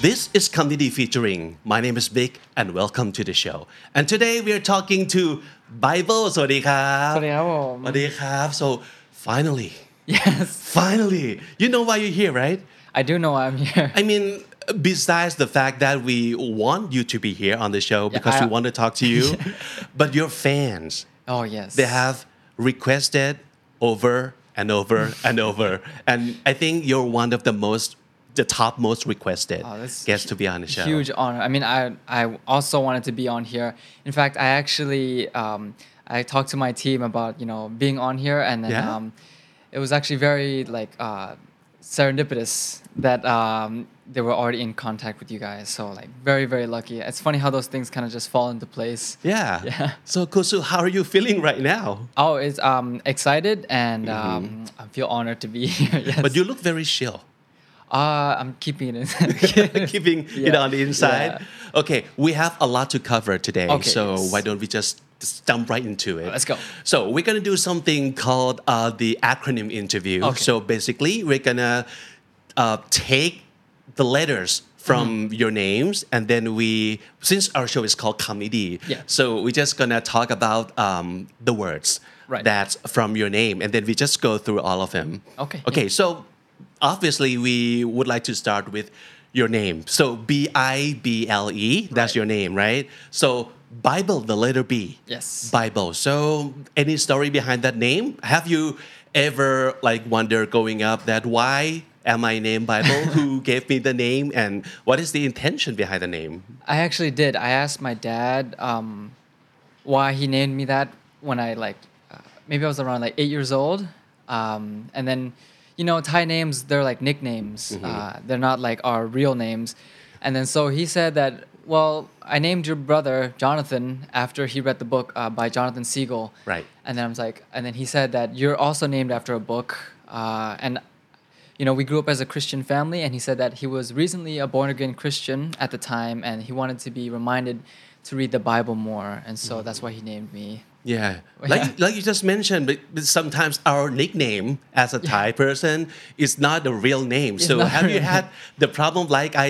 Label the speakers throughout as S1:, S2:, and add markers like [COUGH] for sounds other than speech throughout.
S1: This is Comedy Featuring. My name is Vic and welcome to the show. And today we are talking to Bible. สวัสดีครับ.
S2: สวัสดีครับผม
S1: สวัสดีครับ. So finally,
S2: [LAUGHS] Yes,
S1: finally, you know why you're here, right?
S2: I do know I'm
S1: [LAUGHS]
S2: here.
S1: I mean, besides the fact that we want you to be here on the show because
S2: I-
S1: we want to talk to
S2: [LAUGHS]
S1: you, but your fans,
S2: Oh yes.
S1: they have requested over and over and
S2: [LAUGHS]
S1: over. And I think you're one of the most, the top most requested
S2: Oh, that's
S1: guests to be on the show.
S2: huge honor. I mean, I I also wanted to be on here. In fact, I actually um, I talked to my team about you know being on here, and then
S1: Yeah?
S2: um, it was actually very like uh, serendipitous that um, they were already in contact with you guys. So like very very lucky. It's funny how those things kind of just fall into place.
S1: Yeah.
S2: Yeah.
S1: So Kusu, how are you feeling right now?
S2: Oh, it's um excited and um, I feel honored to be [LAUGHS] here. yes.
S1: Mm-hmm. But you look very chill,
S2: uh, I'm keeping
S1: [LAUGHS]
S2: it.
S1: keeping it
S2: Yeah.
S1: on the inside. Okay, we have a lot to cover today,
S2: Okay,
S1: so
S2: yes.
S1: why don't we just, just jump right into it?
S2: Let's go.
S1: So we're gonna do something called uh, the acronym interview.
S2: Okay.
S1: So basically, we're gonna uh, take the letters from
S2: Mm-hmm.
S1: your names, and then we, since our show is called Comedy,
S2: Yeah.
S1: so we're just gonna talk about um, the words
S2: Right.
S1: that's from your name, and then we just go through all of them.
S2: Okay, yeah.
S1: Okay. So obviously, we would like to start with your name. So B I B L E. That's
S2: Right.
S1: your name, right? So Bible, the letter B.
S2: Yes.
S1: Bible. So, any story behind that name? Have you ever like wonder growing up that why am I named
S2: [LAUGHS]
S1: Bible? Who gave me the name, and what is the intention behind the name?
S2: I actually did. I asked my dad um, why he named me that when I like uh, maybe I was around like eight years old, um, and then you know Thai names they're like nicknames. Uh, they're not like our real names, and then so he said that well I named your brother Jonathan after he read the book uh, by Jonathan Siegel.
S1: Right.
S2: And then I was like, and then he said that you're also named after a book, uh, and you know, we grew up as a Christian family, and he said that he was recently a born again Christian at the time, and he wanted to be reminded to read the Bible more, and so
S1: Mm-hmm.
S2: that's why he named me. [LAUGHS]
S1: Yeah, like like you just mentioned, but, but sometimes our nickname as a Thai person is not the real name. so
S2: not
S1: have you
S2: [LAUGHS] real
S1: had the problem like I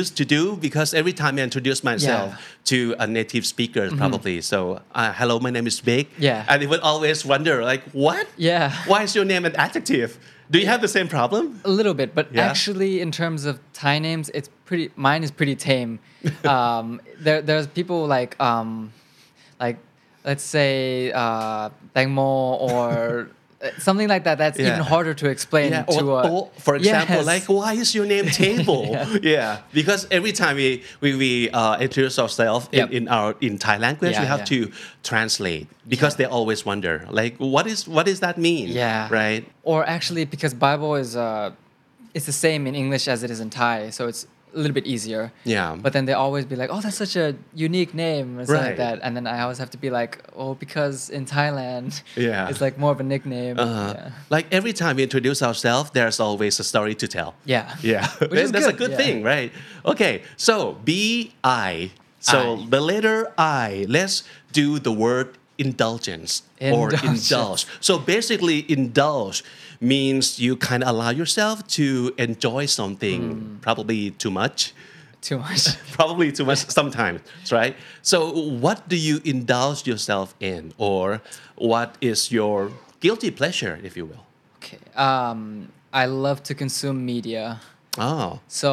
S1: used to do because every time I introduce myself
S2: Yeah. Mm-hmm.
S1: to a native speaker, probably so uh, hello, my name is Vic.
S2: Yeah.
S1: and they would always wonder like what?
S2: Yeah.
S1: why is your name an adjective? Do you have the same problem?
S2: A little bit, but
S1: Yeah.
S2: actually, in terms of Thai names, it's pretty. Mine is pretty
S1: [LAUGHS]
S2: tame. um, there, there's people like, um, like, let's say, uh, Tangmo or
S1: [LAUGHS]
S2: uh, something like that. That's even
S1: Yeah.
S2: harder to explain
S1: Yeah,
S2: to
S1: or,
S2: a.
S1: or, for example,
S2: Yes.
S1: like why is your
S2: [LAUGHS]
S1: name table? yeah. because every time we we, we uh, introduce ourselves in,
S2: Yep.
S1: in our in Thai language, we
S2: Yeah,
S1: have
S2: yeah.
S1: to translate because they always wonder like what is what does that mean?
S2: Yeah.
S1: right.
S2: Or actually, because Bible is uh, it's the same in English as it is in Thai, so it's a little bit easier.
S1: Yeah.
S2: But then they always be like, "Oh, that's such a unique name," or something
S1: Right.
S2: like that, and then I always have to be like, "Oh, because in Thailand,
S1: Yeah.
S2: it's like more of a nickname."
S1: Uh,
S2: Yeah.
S1: Like every time we introduce ourselves, there's always a story to tell.
S2: Yeah.
S1: [LAUGHS] Yeah.
S2: [LAUGHS] Which is
S1: That's a
S2: good,
S1: good
S2: yeah.
S1: thing, right? Okay. So B I. So
S2: I.
S1: the letter I. Let's do the word indulgence, or
S2: Indulgence.
S1: indulge. So basically, indulge means you kind of allow yourself to enjoy something,
S2: Hmm.
S1: probably too much.
S2: [LAUGHS]
S1: [LAUGHS]
S2: Too much. [LAUGHS]
S1: Probably too much sometimes, right? So, what do you indulge yourself in, or what is your guilty pleasure, if you will?
S2: okay. Um, I love to consume media,
S1: Oh,
S2: so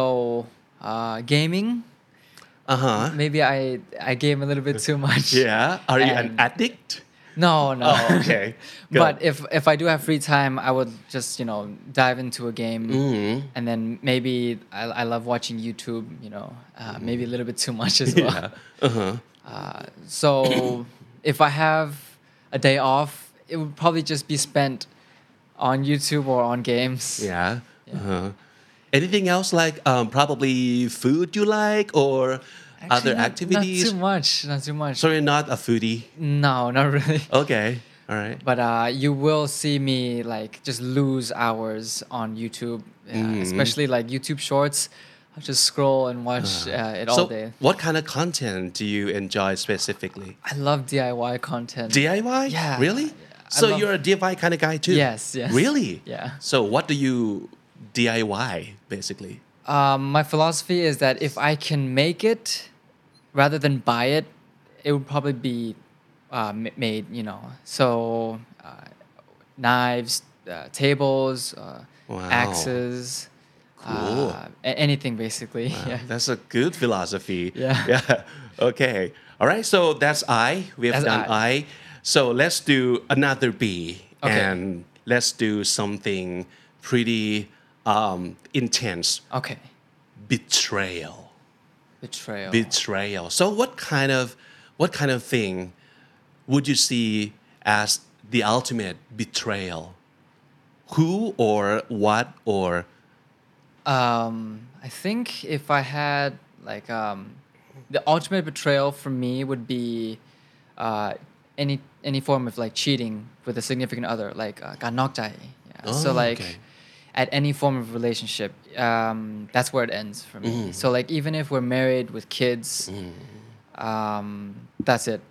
S2: uh, gaming.
S1: uh huh.
S2: Maybe I I game a little bit too much.
S1: [LAUGHS] Yeah. Are you an
S2: And-
S1: addict?
S2: No, no.
S1: Oh,
S2: [LAUGHS]
S1: okay. Good.
S2: But if if I do have free time, I would just you know dive into a game,
S1: Mm-hmm.
S2: and then maybe I, I love watching YouTube. You know, uh,
S1: Mm-hmm.
S2: maybe a little bit too
S1: [LAUGHS]
S2: much as well.
S1: Uh-huh.
S2: Uh, so [COUGHS] if I have a day off, it would probably just be spent on YouTube or on games.
S1: Yeah. Uh-huh. Anything else like um, probably food you like or
S2: Actually,
S1: other
S2: not-
S1: activities?
S2: Not too much. Not too much.
S1: so you're not a foodie.
S2: No, not really.
S1: Okay. All right.
S2: But uh, you will see me like just lose hours on YouTube, uh,
S1: Mm-hmm.
S2: especially like YouTube Shorts. I'll just scroll and watch uh, it all
S1: Ah. so,
S2: day.
S1: what kind of content do you enjoy specifically?
S2: I love DIY content.
S1: DIY?
S2: Yeah.
S1: Really?
S2: I
S1: So
S2: love-
S1: you're a DIY kind of guy too?
S2: Yes, yes.
S1: Really?
S2: Yeah.
S1: So what do you DIY basically?
S2: um, my philosophy is that if I can make it, rather than buy it, it would probably be uh, ma- made. You know, so uh, knives, uh, tables, uh,
S1: Wow.
S2: axes,
S1: Cool.
S2: uh, a- anything basically. [LAUGHS] Yeah.
S1: [LAUGHS] That's a good philosophy.
S2: Yeah.
S1: [LAUGHS] Yeah. Okay. All right. So that's I. We have
S2: That's
S1: done I.
S2: I.
S1: So let's do another B.
S2: Okay.
S1: And let's do something pretty um, intense
S2: Okay.
S1: betrayal.
S2: Betrayal.
S1: Betrayal. So what kind of what kind of thing would you see as the ultimate betrayal? Who or what or
S2: Um, I think if I had like um, the ultimate betrayal for me would be uh, any any form of like cheating with a significant other, like uh, ganokjai. Yeah. so
S1: Oh,
S2: like
S1: okay.
S2: at any form of relationship, um, that's where it ends for me.
S1: Mm.
S2: So like even if we're married with kids,
S1: Mm.
S2: um, that's it.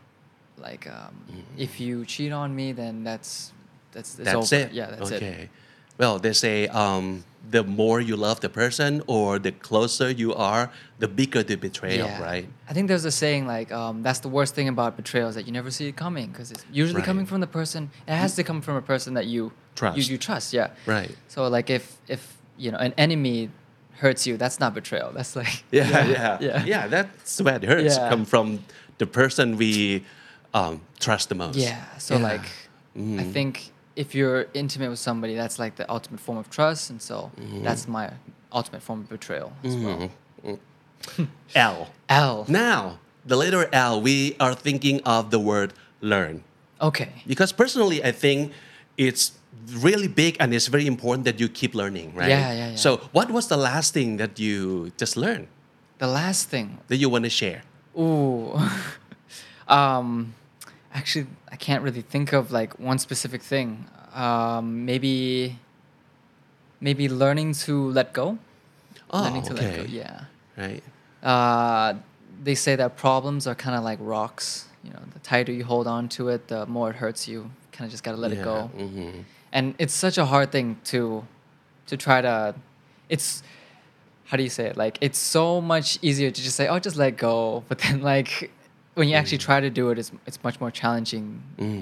S2: Like um, if you cheat on me, then that's that's it's
S1: that's
S2: over.
S1: it.
S2: Yeah, that's it.
S1: okay. Well, they say um, the more you love the person or the closer you are, the bigger the betrayal, right?
S2: I think there's a saying like um, that's the worst thing about betrayal is that you never see it coming because it's usually
S1: Right.
S2: coming from the person. It has to come from a person that you You,
S1: Trust.
S2: you trust, yeah.
S1: Right.
S2: So like if if you know an enemy hurts you, that's not betrayal. [LAUGHS] That's like
S1: Yeah, yeah, [LAUGHS] yeah.
S2: yeah.
S1: that's where it hurts.
S2: Yeah.
S1: Come from the person we um, trust the most.
S2: yeah. So
S1: Yeah. Mm-hmm.
S2: like I think if you're intimate with somebody, that's like the ultimate form of trust, and so
S1: Mm-hmm.
S2: that's my ultimate form of betrayal as well.
S1: L.
S2: L.
S1: Now, the letter L, we are thinking of the word learn.
S2: Okay.
S1: Because personally, I think it's really big and it's very important that you keep learning, right?
S2: Yeah, yeah, yeah.
S1: So, what was the last thing that you just learned
S2: The last thing
S1: that you want to share?
S2: Ooh. [LAUGHS] um, actually, I can't really think of like one specific thing. Um, maybe, maybe learning to let go.
S1: Oh,
S2: learning to let go.
S1: okay.
S2: Yeah.
S1: Right.
S2: Uh, they say that problems are kind of like rocks. You know, the tighter you hold on to it, the more it hurts you. Kind of just gotta let it go.
S1: mm-hmm.
S2: And it's such a hard thing to, to try to, it's, how do you say it? Like it's so much easier to just say, oh, just let go. [LAUGHS] But then like, when you actually
S1: Mm.
S2: try to do it, it's it's much more challenging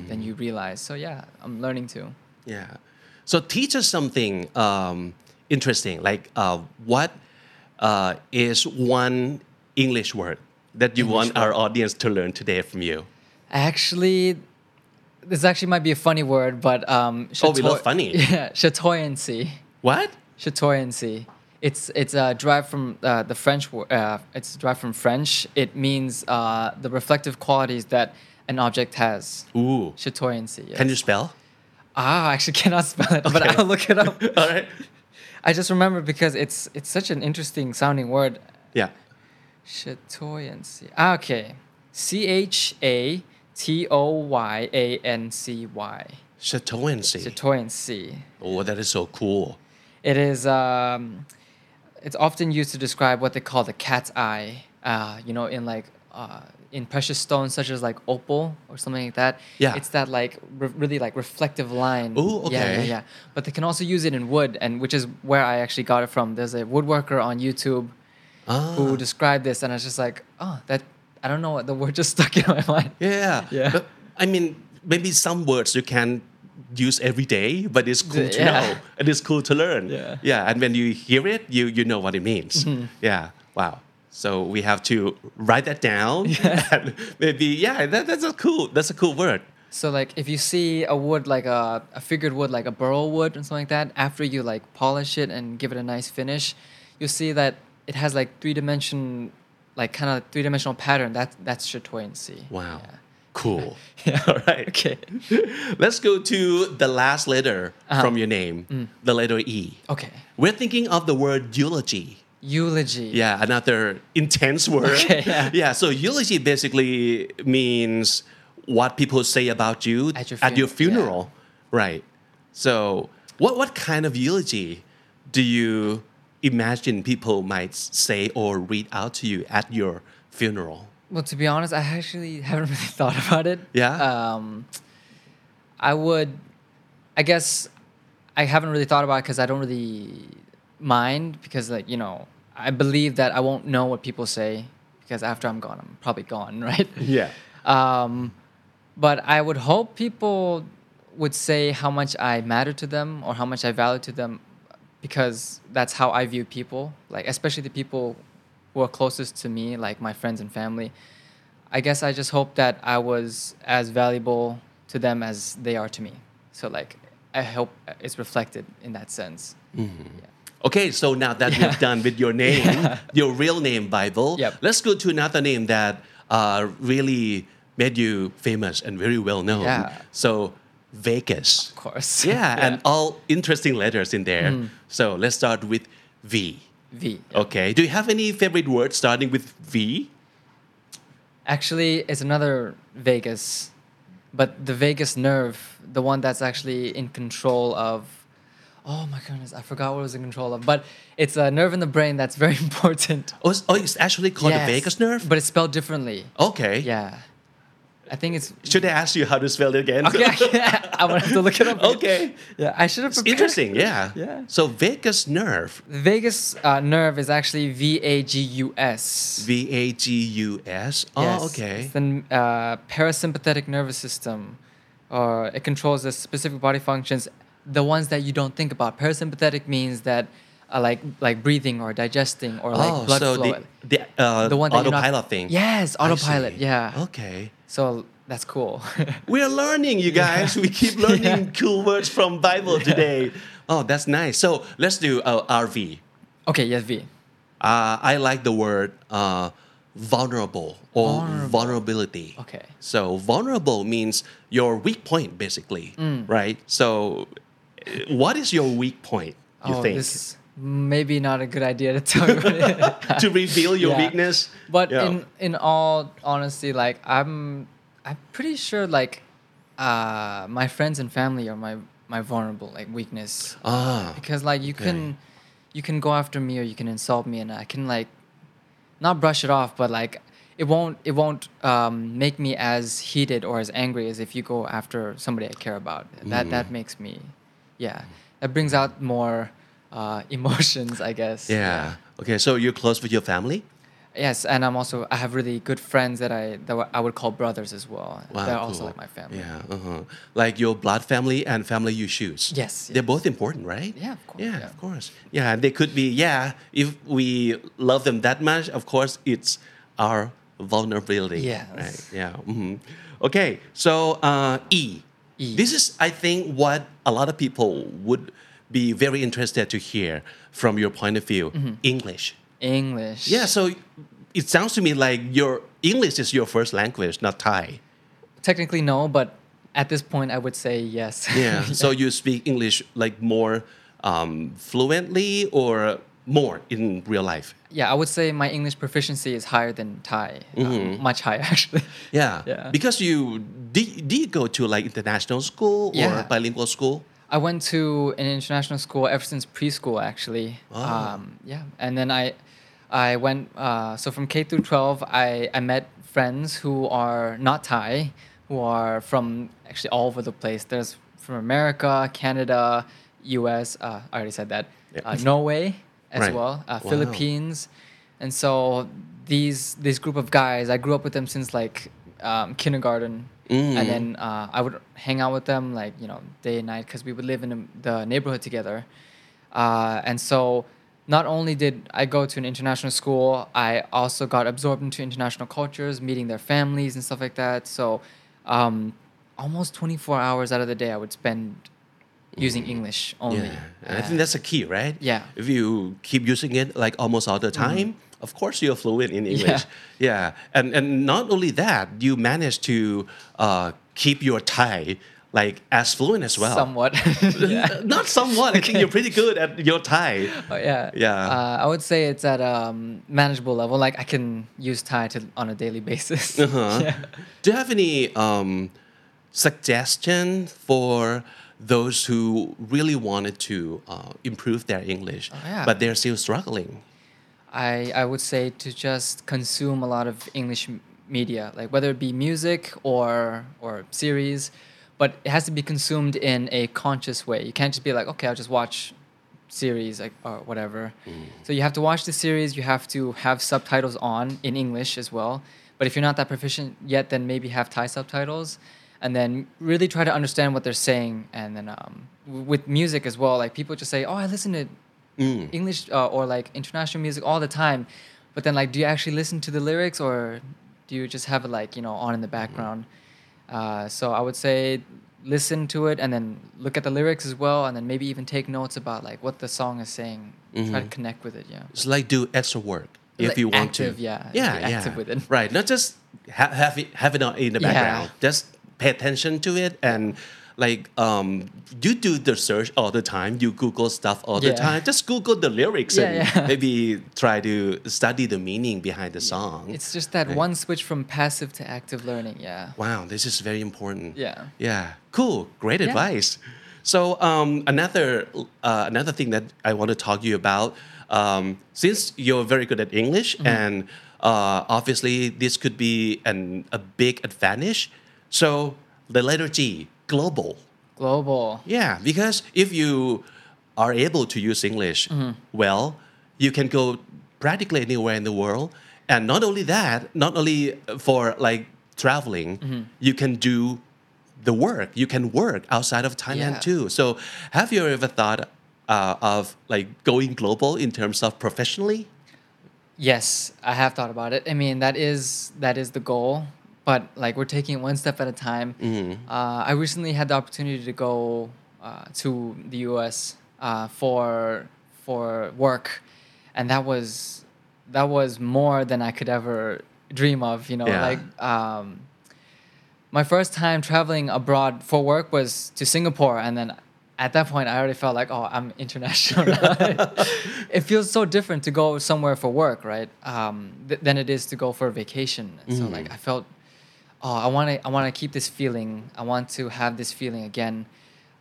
S2: than you realize. So yeah, I'm learning to.
S1: Yeah. So teach us something um, interesting. Like, uh, what uh, is one English word that you want our audience to learn today from you?
S2: Actually, this actually might be a funny word, but um,
S1: Oh, we love
S2: Chateau-
S1: funny.
S2: [LAUGHS] Yeah, chatoyancy.
S1: What?
S2: Chatoyancy. It's it's uh, derived from uh, the French. wo- Uh, it's derived from French. It means uh, the reflective qualities that an object has.
S1: Ooh.
S2: Chatoyancy. Yes.
S1: Can you
S2: [LAUGHS]
S1: spell?
S2: Ah, I actually [LAUGHS] cannot spell it, but I'll look it up.
S1: All right.
S2: I just remember because it's it's such an interesting sounding word.
S1: Yeah.
S2: Chatoyancy. Ah, okay. C H A T O Y A N C Y.
S1: Chateauancy.
S2: Chatoyancy.
S1: Oh, that is so cool.
S2: It is. Um, it's often used to describe what they call the cat's eye. Uh, you know, in like uh, in precious stones such as like opal or something like that.
S1: Yeah.
S2: It's that like re- really like reflective line.
S1: Ooh,
S2: Yeah, yeah,
S1: okay.
S2: yeah. But they can also use it in wood, and which is where I actually got it from. There's a woodworker on YouTube
S1: Ah.
S2: who described this, and I was just like, oh, that. I don't know what the word just stuck in my mind.
S1: Yeah.
S2: Yeah.
S1: But, I mean, maybe some words you can use every day, but it's cool to
S2: Yeah.
S1: know. It is cool to learn.
S2: Yeah. Mm-hmm.
S1: Yeah. And when you hear it, you you know what it means. Yeah. Wow. So we have to write that down. [LAUGHS] And maybe yeah, that, that's a cool that's a cool word.
S2: So like if you see a wood like a, a figured wood like a burl wood and something like that, after you like polish it and give it a nice finish, you'll see that it has like three dimension like kind of three dimensional pattern. That that's chatoyancy.
S1: Wow.
S2: Yeah. [LAUGHS]
S1: Cool. [LAUGHS] All right. [LAUGHS] Okay. Let's go to the last letter
S2: Uh-huh.
S1: from your name,
S2: Mm.
S1: the letter E.
S2: Okay.
S1: We're thinking of the word eulogy.
S2: Eulogy.
S1: Yeah, another intense word. [LAUGHS]
S2: Okay, yeah.
S1: so eulogy basically means what people say about you
S2: At your
S1: at your
S2: fun- yeah.
S1: funeral, right? So, what what kind of eulogy do you imagine people might say or read out to you at your funeral?
S2: Well, to be honest, I actually [LAUGHS] haven't really thought about it.
S1: Yeah?
S2: Um, I would, I guess, I haven't really thought about it because I don't really mind because, like, you know, I believe that I won't know what people say because after I'm gone, I'm probably gone, [LAUGHS] right?
S1: Yeah.
S2: Um, but I would hope people would say how much I matter to them or how much I value to them because that's how I view people, like especially the people who are closest to me, like my friends and family. I guess I just hope that I was as valuable to them as they are to me. So like I hope it's reflected in that sense.
S1: Okay, so now that we're done with
S2: [LAUGHS]
S1: your name, your real name, Bible,
S2: Yep.
S1: let's go to another name that uh, really made you famous and very well known.
S2: Yeah.
S1: So, Vegas.
S2: Of course. Mm.
S1: Yeah,
S2: [LAUGHS]
S1: and all interesting letters in there. So, let's start with V.
S2: V.
S1: Okay, do you have any favorite word starting with V?
S2: Actually, it's another Vegas, but the vagus nerve, the one that's actually in control of. Oh my goodness, I forgot what it was in control of, but it's a nerve in the brain that's very [LAUGHS] important.
S1: Oh, it's, oh, it's actually called the vagus nerve?
S2: But it's spelled differently.
S1: okay.
S2: Yeah. I think it's.
S1: Should I ask you how to spell it again? [LAUGHS]
S2: [LAUGHS] Okay, [LAUGHS] I'm gonna have to look it up.
S1: okay.
S2: Yeah, I should have
S1: It's
S2: prepared.
S1: interesting,
S2: [LAUGHS]
S1: yeah.
S2: Yeah.
S1: So, vagus nerve,
S2: The vagus uh, nerve is actually V A G U S.
S1: V A G U S. Oh,
S2: Yes,
S1: okay.
S2: It's the uh, parasympathetic nervous system, or it controls the specific body functions, the ones that you don't think about. Parasympathetic means that, uh, like like breathing or digesting or like blood
S1: Oh, so
S2: flow.
S1: the the, uh,
S2: The one that you're not-
S1: autopilot thing.
S2: Yes,
S1: I see. Oh.
S2: autopilot, yeah.
S1: Okay.
S2: so that's cool. [LAUGHS]
S1: We're learning, you guys. We keep learning cool words from Bible today. Oh, that's nice. So let's do uh, RV.
S2: okay, yes, V.
S1: Uh, I like the word uh, vulnerable or vulnerability.
S2: Okay.
S1: So vulnerable means your weak point, basically,
S2: Mm.
S1: right? So, uh, what is your weak point? You
S2: oh,
S1: think
S2: this is maybe not a good idea to tell [LAUGHS] you.
S1: to reveal your
S2: Yeah.
S1: weakness?
S2: But
S1: Yeah.
S2: in in all honesty, like I'm I'm pretty sure like uh my friends and family are my my vulnerable like weakness.
S1: ah,
S2: because like you can you can go after me or you can insult me and i can like not brush it off but like it won't it won't um, make me as heated or as angry as if you go after somebody i care about that
S1: Mm.
S2: that makes me yeah that brings out more uh, [LAUGHS] emotions i guess
S1: yeah. Okay, so you're close with your family.
S2: yes and i'm also i have really good friends that i that wa- i would call brothers as well they're also
S1: cool.
S2: like my family
S1: Yeah, uh-huh. like your blood family and family you choose.
S2: Yes,
S1: they're both important, right?
S2: Yeah, of course,
S1: Yeah,
S2: yeah.
S1: of course. Yeah, and they could be. Yeah, if we love them that much, of course, it's our vulnerability.
S2: Yes.
S1: Right? Yeah. mhm. Okay, so uh, e.
S2: E.
S1: This is, I think, what a lot of people would be very interested to hear from your point of view.
S2: Mm-hmm.
S1: English.
S2: english
S1: Yeah, so it sounds to me like your English is your first language, not Thai.
S2: technically no but at this point i would say yes
S1: Yeah. [LAUGHS] So you speak English like more um, fluently or more in real life?
S2: [LAUGHS] Yeah, I would say my English proficiency is higher than Thai,
S1: Mm-hmm.
S2: um, much higher [LAUGHS] actually.
S1: Yeah.
S2: Yeah.
S1: Because you did, did you go to like international school
S2: Yeah.
S1: or bilingual school?
S2: I went to an international school ever since preschool actually. Um, yeah, and then I, I went uh, so from K through twelve. I I met friends who are not Thai, who are from actually all over the place. There's from America, Canada, U.S. Uh, I already said that. Uh, Norway as
S1: Right.
S2: well. Uh,
S1: Wow.
S2: Philippines, and so these this group of guys. I grew up with them since like um, kindergarten,
S1: Mm.
S2: and then uh, I would hang out with them like you know day and night because we would live in the- the neighborhood together, uh, and so. Not only did I go to an international school, I also got absorbed into international cultures, meeting their families and stuff like that. So, um, almost 24 hours out of the day, I would spend using English only.
S1: Mm. Oh,
S2: Uh,
S1: Yeah. And I think that's a key, right?
S2: yeah.
S1: If you keep using it like almost all the time, of course you're fluent in English. Mm-hmm. Yeah. And and not only that, you manage to uh, keep your Thai like as fluent as well?
S2: somewhat.
S1: [LAUGHS]
S2: yeah.
S1: uh, Not somewhat. I think you're pretty good at your Thai.
S2: [LAUGHS] Oh, yeah.
S1: Yeah.
S2: Uh, I would say it's at a um, manageable level. Like I can use Thai to on a daily basis.
S1: Uh-huh. Do you have any um, suggestion for those who really wanted to uh, improve their English,
S2: Oh, yeah.
S1: but they're still struggling?
S2: I, I would say to just consume a lot of English m- media, like whether it be music or or series, but it has to be consumed in a conscious way. You can't just be like, okay, I'll just watch series like or whatever. So you have to watch the series. You have to have subtitles on in English as well. But if you're not that proficient yet, then maybe have Thai subtitles, and then really try to understand what they're saying. And then um, w- with music as well, like people just say, oh, I listen to
S1: Mm.
S2: English uh, or like international music all the time, but then like, do you actually listen to the lyrics or do you just have it like you know on in the background? Uh, so I would say listen to it and then look at the lyrics as well, and then maybe even take notes about like what the song is saying. Try to connect with it. Yeah.
S1: It's like do extra work if
S2: Like
S1: you want
S2: active,
S1: to.
S2: yeah.
S1: yeah,
S2: Be
S1: yeah.
S2: active with it.
S1: [LAUGHS] Right, not just ha- have it have it on in the
S2: Yeah.
S1: background. Just pay attention to it and. Like um, you do the search all the time, you Google stuff all the
S2: Yeah.
S1: time. Just Google the lyrics
S2: Yeah,
S1: and
S2: yeah. [LAUGHS]
S1: maybe try to study the meaning behind the song.
S2: It's just that one switch from passive to active learning. Yeah.
S1: Wow, this is very important.
S2: Yeah.
S1: Yeah. Cool. Great advice. So um, another uh, another thing that I want to talk to you about, um, since you're very good at English,
S2: Mm-hmm.
S1: and uh, obviously this could be an a big advantage. So the letter G, global.
S2: Global.
S1: Yeah, because if you are able to use English
S2: Mm-hmm.
S1: well, you can go practically anywhere in the world. And not only that, not only for like traveling,
S2: Mm-hmm.
S1: you can do the work. You can work outside of Thailand
S2: Yeah.
S1: too. So, have you ever thought uh, of like going global in terms of professionally?
S2: Yes, I have thought about it. I mean, that is that is the goal, but like we're taking it one step at a time. Uh, I recently had the opportunity to go uh, to the U.S. Uh, for for work, and that was that was more than I could ever dream of. You know,
S1: Yeah.
S2: like um, my first time traveling abroad for work was to Singapore, and then at that point, I already felt like, oh, I'm international. [LAUGHS] now. it feels so different to go somewhere for work, right? Um, th- than it is to go for a vacation. And So like, I felt, oh, I want to, I want to keep this feeling. I want to have this feeling again.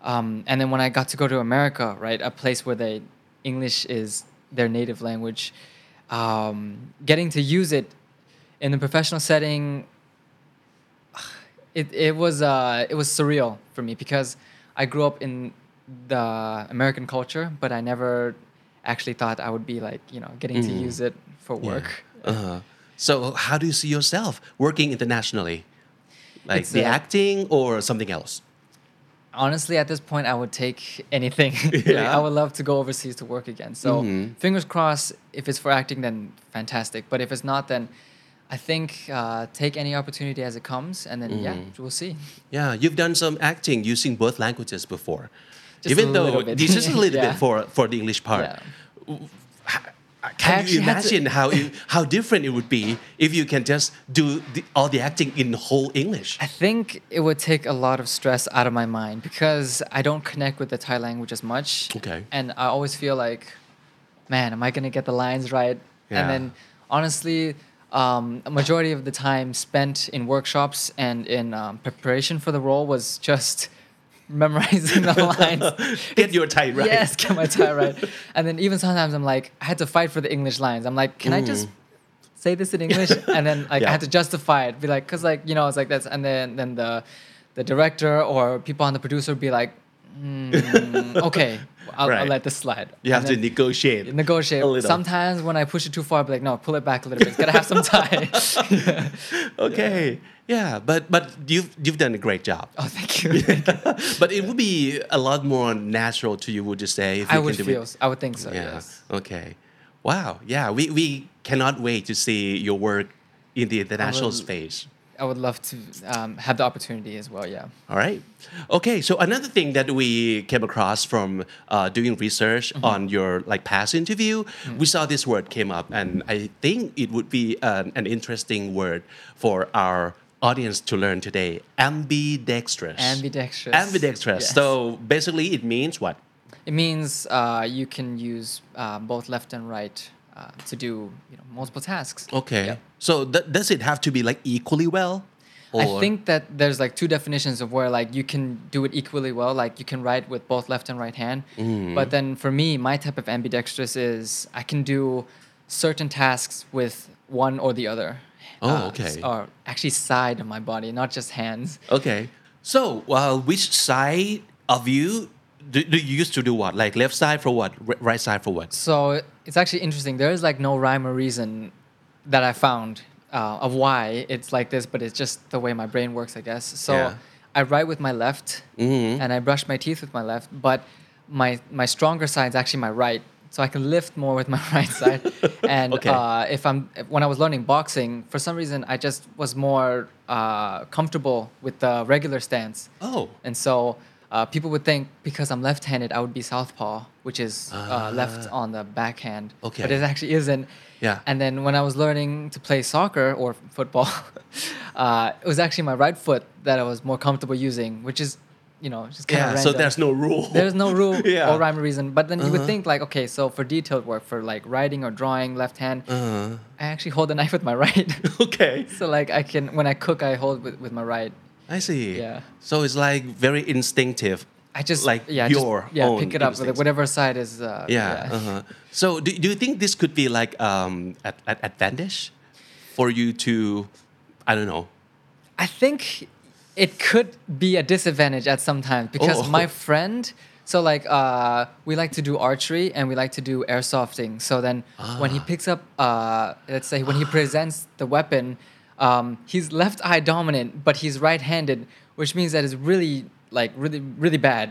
S2: Um, and then when I got to go to America, right, a place where they English is their native language, um, getting to use it in a professional setting it, it was uh, it was surreal for me because I grew up in the American culture, but I never actually thought I would be like you know getting to use it for work.
S1: Uh-huh. So, how do you see yourself working internationally? Like
S2: It's,
S1: the
S2: uh,
S1: acting or something else?
S2: Honestly, at this point, I would take anything. Like,
S1: Yeah.
S2: I would love to go overseas to work again. So fingers crossed. If it's for acting, then fantastic. But if it's not, then I think uh, take any opportunity as it comes, and then yeah, we'll see.
S1: Yeah, you've done some acting using both languages before.
S2: Just
S1: Even
S2: a
S1: though
S2: little bit.
S1: this is a little
S2: [LAUGHS] Yeah.
S1: bit for, for the English part.
S2: Yeah. I
S1: Can you
S2: actually had to-
S1: imagine how
S2: [LAUGHS]
S1: you, how different it would be if you can just do the, all the acting in whole English? [LAUGHS]
S2: I think it would take a lot of stress out of my mind because I don't connect with the Thai language as much.
S1: Okay.
S2: And I always feel like, man, am I gonna get the lines right?
S1: Yeah.
S2: And then honestly, um, a majority of the time spent in workshops and in um, preparation for the role was just [LAUGHS] memorizing the
S1: [LAUGHS]
S2: lines.
S1: Get your Thai right.
S2: Yes, [LAUGHS] get my Thai right. and then even sometimes I'm like, I had to fight for the English lines. I'm like, can I just say this in
S1: [LAUGHS]
S2: English? and then
S1: Mm.
S2: like
S1: Yeah.
S2: I had to justify it, be like, cause like you know, it's like that's and then then the the director or people on the producer would be like,
S1: [LAUGHS]
S2: mm, okay, I'll, I'll
S1: Right.
S2: let this slide.
S1: You have
S2: And [LAUGHS]
S1: to
S2: then-
S1: negotiate.
S2: negotiate.
S1: a little.
S2: Sometimes when I push it too far, I'll be like, no, pull it back a little bit. It's gotta have
S1: [LAUGHS]
S2: some time.
S1: Okay. Yeah. but but you've you've done a great job.
S2: [LAUGHS] oh, thank
S1: [LAUGHS]
S2: you. Thank you.
S1: but it would be a lot more natural to you, would you say? If
S2: I
S1: you
S2: would
S1: can do
S2: feel.
S1: It.
S2: I would think so.
S1: Yeah.
S2: Yes.
S1: Okay. Wow. Yeah. We we cannot wait to see your work in the international
S2: will-
S1: space.
S2: I would love to um, have the opportunity as well. Yeah.
S1: All right. Okay. So another thing that we came across from uh, doing research
S2: Mm-hmm.
S1: on your like past interview, we saw uh, this word came up, and I think it would be an, an interesting word for our audience to learn today? Ambidextrous.
S2: Ambidextrous.
S1: Ambidextrous.
S2: Yes.
S1: So basically, it means what?
S2: It means uh, you can use uh, both left and right uh, to do you know, multiple tasks.
S1: Okay.
S2: Yep.
S1: So th- does it have to be like equally well?
S2: I think that there's like two definitions of where like you can do it equally well, like you can write with both left and right hand.
S1: Mm-hmm.
S2: But then for me, my type of ambidextrous is I can do certain tasks with one or the other.
S1: Oh,
S2: uh,
S1: okay.
S2: Or actually side of my body, not just hands.
S1: Okay. So, uh, which side of you do, do you used to do what? Like left side for what? R- right side for what?
S2: So it's actually interesting. There is like no rhyme or reason that I found uh, of why it's like this, but it's just the way my brain works, I guess. So
S1: Yeah. Mm-hmm.
S2: I write with my left, and I brush my teeth with my left, but my my stronger side is actually my right. So I can lift more with my [LAUGHS] right side, and
S1: Okay.
S2: uh, if I'm if- when I was learning boxing, for some reason I just was more uh, comfortable with the regular stance.
S1: Oh.
S2: And so uh, people would think because I'm left handed, I would be southpaw, which is uh, left on the backhand.
S1: Ah. Okay.
S2: But it actually isn't.
S1: Yeah.
S2: And then when I was learning to play soccer or football, [LAUGHS] uh, it was actually my right foot that I was more comfortable using, which is, you know, just kind of
S1: Yeah. So there's no rule.
S2: there's
S1: [LAUGHS]
S2: no rule
S1: Yeah. Uh-huh.
S2: or rhyme or reason. But then you would think like, okay, so for detailed work, for like writing or drawing left hand,
S1: Uh-huh.
S2: I actually hold the knife with my [LAUGHS] right.
S1: okay.
S2: so like I can when I cook, I hold with, with my right.
S1: I see.
S2: Yeah.
S1: So it's like very instinctive.
S2: I just
S1: like
S2: yeah, just-
S1: your
S2: yeah,
S1: own
S2: pick it up with
S1: instincts.
S2: whatever side is. Uh,
S1: Yeah. Uh-huh. So do, do you think this could be like um at, at advantage for you to I don't know.
S2: I think it could be a disadvantage at some time because
S1: Oh.
S2: my friend. So like uh, we like to do archery and we like to do airsofting. So then when
S1: Ah.
S2: he picks up, uh, let's say when he presents the weapon, um, he's left eye dominant, but he's right-handed, which means that it's really like really really bad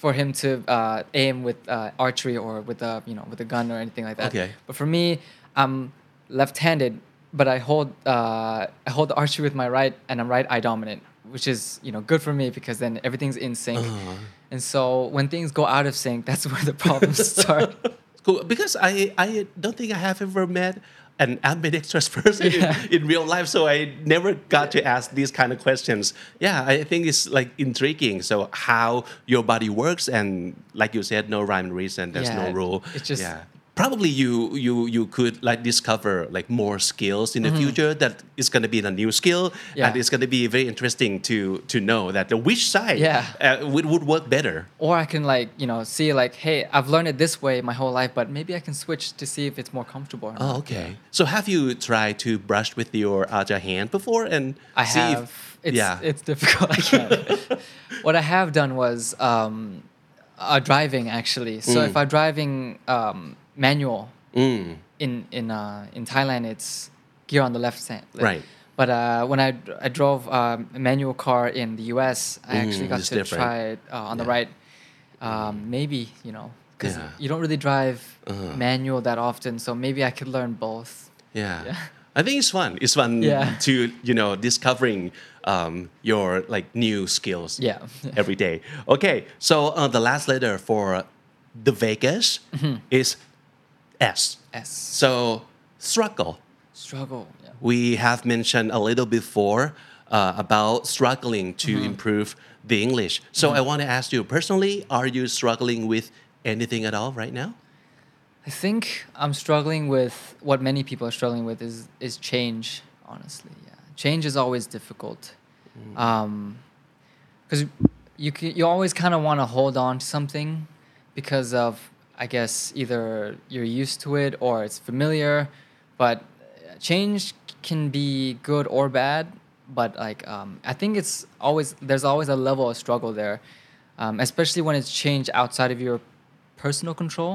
S2: for him to uh, aim with uh, archery or with a you know with a gun or anything like that.
S1: Okay.
S2: But for me, I'm left-handed, but I hold uh, I hold the archery with my right, and I'm right eye dominant, which is you know good for me because then everything's in sync. And so when things go out of sync, that's [LAUGHS] where the problems start.
S1: Cool. Because I, I don't think I have ever met an ambidextrous [LAUGHS] person in- in, real life, so I never got to ask these kind of questions. Yeah, I think it's like intriguing. So how your body works, and like you said, no rhyme and reason. There's no
S2: Yeah,
S1: rule.
S2: it's just-
S1: yeah. Probably you you you could like discover like more skills in the future that is going to be a new skill and
S2: Mm-hmm. Yeah.
S1: it's going to be very interesting to to know that the which side
S2: Yeah.
S1: uh, would would work better.
S2: or I can like you know see like hey, I've learned it this way my whole life, but maybe I can switch to see if it's more comfortable. Or
S1: Oh,
S2: not.
S1: okay. So have you tried to brush with your uh, other hand before and
S2: I
S1: see
S2: have.
S1: if
S2: it's,
S1: yeah.
S2: it's difficult. [LAUGHS] I can't. what I have done was um, uh, driving actually. So
S1: Mm.
S2: if I'm driving um, manual in in uh, in Thailand, it's gear on the left hand.
S1: Right.
S2: But uh, when I I drove um, a manual car in the U.S., I actually
S1: Mm,
S2: got
S1: it's
S2: to
S1: different.
S2: try it uh, on the right. Um, maybe you know because
S1: Yeah. Uh-huh.
S2: you don't really drive manual that often, so maybe I could learn both.
S1: yeah. I think it's fun. It's fun
S2: Yeah.
S1: to you know discovering um, your like new skills.
S2: Yeah.
S1: every day. Okay. So uh, the last letter for the Vegas
S2: Mm-hmm.
S1: is S.
S2: S
S1: So struggle.
S2: struggle. Yeah.
S1: we have mentioned a little before uh, about struggling to improve the English. So I want to ask you personally: Are you struggling with anything at all right now?
S2: I think I'm struggling with what many people are struggling with is is change. Honestly, yeah, change is always difficult, Um, because you c- you always kind of want to hold on to something because of I guess either you're used to it or it's familiar, but uh, change can be good or bad. But like um, I think it's always there's always a level of struggle there, um, especially when it's change outside of your personal control.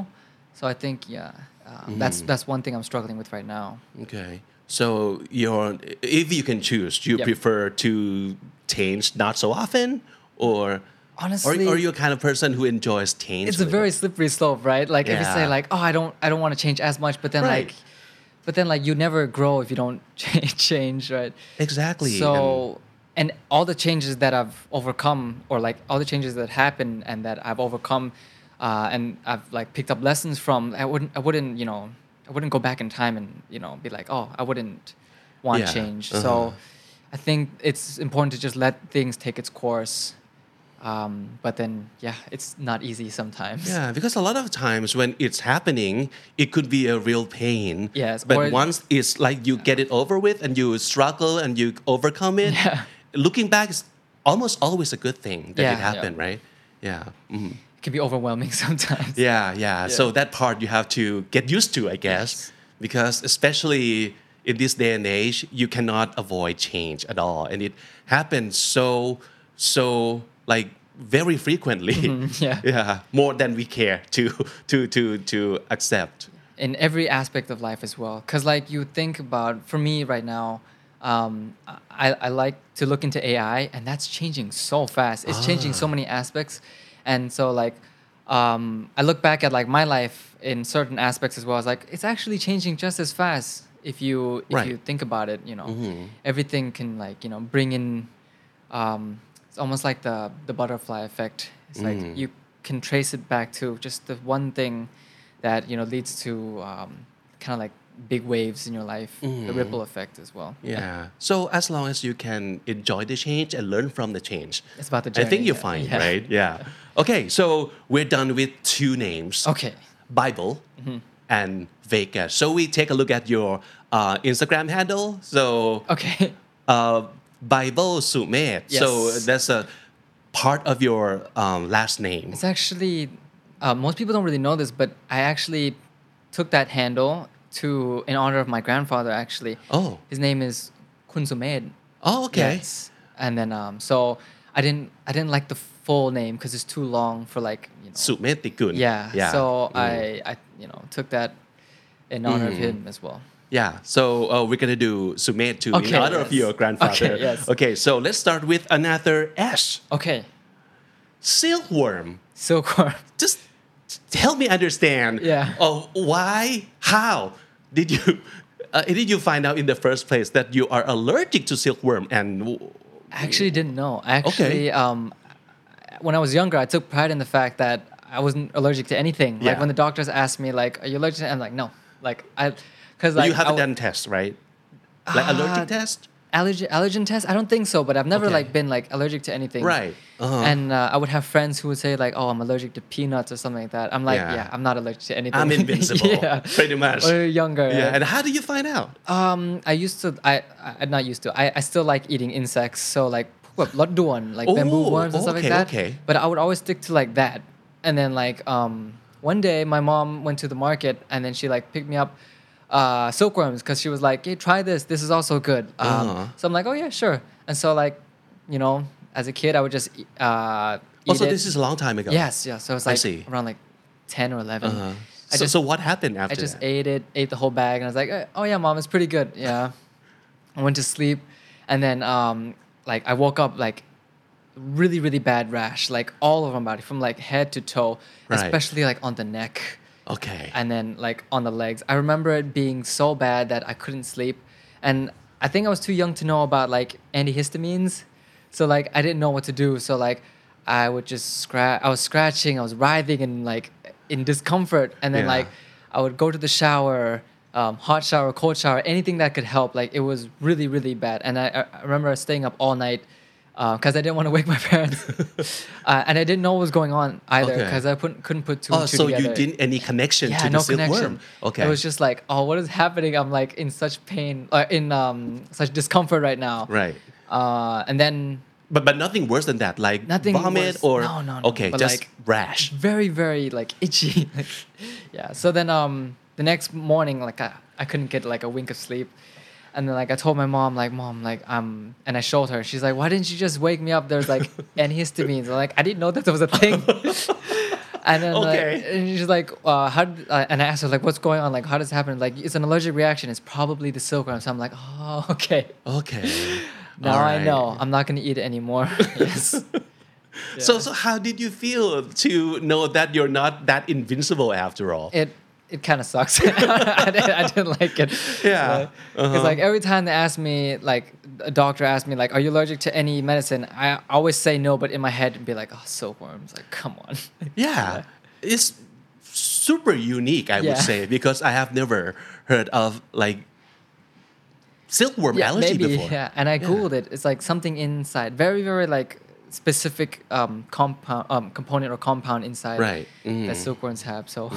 S2: So I think yeah, um, that's that's one thing I'm struggling with right now.
S1: Okay. So your if you can choose, do you
S2: Yep.
S1: prefer to change not so often, or
S2: Honestly-
S1: or, or you're kind of person who enjoys change?
S2: It's a
S1: little?
S2: very slippery slope, right? Like if you say
S1: Yeah.
S2: like, oh, I don't I don't want to change as much, but then
S1: Right.
S2: like, but then like you never grow if you don't [LAUGHS] change, right?
S1: exactly. and-
S2: So and all the changes that I've overcome, or like all the changes that happened and that I've overcome, uh, and I've like picked up lessons from, I wouldn't I wouldn't you know I wouldn't go back in time and you know be like, oh, I wouldn't want
S1: Yeah,
S2: change.
S1: uh-huh.
S2: So I think it's important to just let things take its course. Um, but then, yeah, it's not easy sometimes.
S1: Yeah, because a lot of times when it's happening, it could be a real pain.
S2: Yes, or-
S1: But once it's like you get it over with and you struggle and you overcome it, looking back is almost always a good thing that it
S2: Yeah.
S1: happened, right? Yeah. mhm.
S2: It can be overwhelming [LAUGHS] sometimes.
S1: yeah. Yeah. So that part you have to get used to, I guess, because especially in this day and age, you cannot avoid change at all. And it happens so, so like very frequently.
S2: Mm-hmm.
S1: [LAUGHS]
S2: yeah.
S1: Yeah, more than we care to to to to accept.
S2: in every aspect of life as well. Because like you think about, for me right now, um, I, I like to look into AI, and that's changing so fast. It's changing so many aspects, and so like um, I look back at like my life in certain aspects as well. It's like it's actually changing just as fast if you if
S1: Right. Mm-hmm.
S2: you think about it. You know, everything can like you know bring in. Um, it's almost like the the butterfly effect. It's like
S1: Mm.
S2: you can trace it back to just the one thing that you know leads to um, kind of like big waves in your life, the
S1: Mm-hmm.
S2: ripple effect as well.
S1: Yeah. So as long as you can enjoy the change and learn from the change,
S2: It's about the
S1: I think
S2: journey,
S1: you're
S2: yeah.
S1: fine,
S2: [LAUGHS] Yeah.
S1: right? Yeah. Okay. So we're done with two names.
S2: Okay.
S1: Bible and Vega. So we take a look at your uh, Instagram handle. So
S2: Okay. [LAUGHS]
S1: uh, Bible Sumet. So
S2: Yes.
S1: that's a part of your um, last name.
S2: It's actually uh, most people don't really know this, but I actually took that handle to in honor of my grandfather. Actually.
S1: Oh.
S2: His name is Kun Sumed.
S1: Oh, okay.
S2: Yes. And then um, so I didn't I didn't like the full name because it's too long for like you know.
S1: Sumet Tikun.
S2: Yeah. So
S1: Mm.
S2: I I you know took that in honor of him as well.
S1: Yeah, so uh, we're gonna do Sumet too in
S2: Okay,
S1: honor of
S2: yes.
S1: your grandfather.
S2: Okay, yes.
S1: okay, so let's start with another S,
S2: Okay.
S1: silkworm.
S2: [LAUGHS] Silkworm.
S1: Just help me understand.
S2: Yeah.
S1: Oh, why? How did you? [LAUGHS] Uh, did you find out in the first place that you are allergic to silkworm? And w-
S2: I actually didn't know. I actually, um, when I was younger, I took pride in the fact that I wasn't allergic to anything. Like
S1: Yeah.
S2: when the doctors asked me, like, "Are you allergic?" to-" I'm like, "No." Like I, because like
S1: you haven't
S2: I, Ah.
S1: done tests, right? Like allergic test.
S2: allergen allergen test. I don't think so, but I've never
S1: Okay.
S2: like been like allergic to anything.
S1: Right. Uh-huh.
S2: And uh, I would have friends who would say like, "Oh, I'm allergic to peanuts" or something like that. I'm like,
S1: Yeah.
S2: "Yeah, I'm not allergic to anything. [LAUGHS]
S1: I'm invincible,
S2: yeah.
S1: pretty much.
S2: When we were younger.
S1: Yeah.
S2: right?
S1: And how do you find out?
S2: Um, I used to. I, I I'm not used to. I, I still like eating insects. So like, what lot doan like bamboo
S1: Oh,
S2: worms and stuff
S1: okay,
S2: like that.
S1: okay.
S2: But I would always stick to like that. And then like um, one day my mom went to the market and then she like picked me up uh, silkworms because she was like, hey, try this. This is also good. Um,
S1: Uh-huh.
S2: So I'm like, oh yeah, sure. And so like, you know, as a kid, I would just e- uh, eat
S1: also,
S2: it.
S1: Oh, this is a long time ago.
S2: yes, yeah. So it's
S1: I
S2: like
S1: see.
S2: around like ten or 11
S1: Uh-huh.
S2: I
S1: So,
S2: just
S1: so what happened after
S2: I just
S1: that?
S2: ate it, ate the whole bag, and I was like, eh, "Oh yeah, mom, it's pretty good." Yeah, [LAUGHS] I went to sleep, and then um, like I woke up like really, really bad rash, like all over my body, from like head to toe,
S1: Right.
S2: especially like on the neck,
S1: Okay.
S2: and then like on the legs. I remember it being so bad that I couldn't sleep, and I think I was too young to know about like antihistamines, so like I didn't know what to do. So like I would just scratch. I was scratching. I was writhing and like in discomfort, and then
S1: Yeah.
S2: like I would go to the shower, um, hot shower, cold shower, anything that could help. Like it was really, really bad, and I, I- I remember staying up all night. Because I didn't want to wake my [LAUGHS]
S1: [LAUGHS]
S2: parents, uh, and I didn't know what was going on either.
S1: Okay.
S2: Because I put, couldn't put two
S1: Oh,
S2: and two
S1: so
S2: together
S1: you didn't any connection
S2: yeah,
S1: to
S2: no
S1: the silkworm?
S2: connection.
S1: Okay.
S2: It was just like, oh, what is happening? I'm like in such pain, uh, in um, such discomfort right now.
S1: Right.
S2: Uh, and then
S1: But but nothing worse than that, like
S2: Nothing
S1: vomit
S2: worse.
S1: or
S2: No, no, no.
S1: okay,
S2: But
S1: just
S2: like-
S1: rash.
S2: very, very like itchy. [LAUGHS] like, yeah. So then um, the next morning, like I, I couldn't get like a wink of sleep. And then like I told my mom, like, mom, like um and I showed her. She's like, why didn't you just wake me up? There's
S1: [LAUGHS]
S2: like antihistamines. I'm like, I didn't know that there was a thing. And then like,
S1: Okay.
S2: and she's like, uh, how? d- Uh, and I asked her like, what's going on? Like, how does it happen? Like, it's an allergic reaction. It's probably the silkworm. So I'm like, oh, [LAUGHS] okay.
S1: Okay.
S2: Now I
S1: Alright.
S2: know. I'm not gonna eat it anymore. [LAUGHS] yes.
S1: So so how did you feel to know that you're not that invincible after all?
S2: It it kind of sucks. [LAUGHS] I, didn't, I didn't like it.
S1: Yeah.
S2: Because like every time they ask me, like a doctor asked me, like, are you allergic to any medicine? I always say no, but in my head, be like, oh, silkworms. Like, come on.
S1: yeah. It's super unique, I would
S2: Yeah.
S1: say, because I have never heard of like silkworm
S2: [LAUGHS] yeah,
S1: allergy
S2: maybe,
S1: before.
S2: Yeah, and I googled it. It's like something inside, very very like specific um, compound, um, component or compound inside
S1: Right. Mm.
S2: that silkworms have. So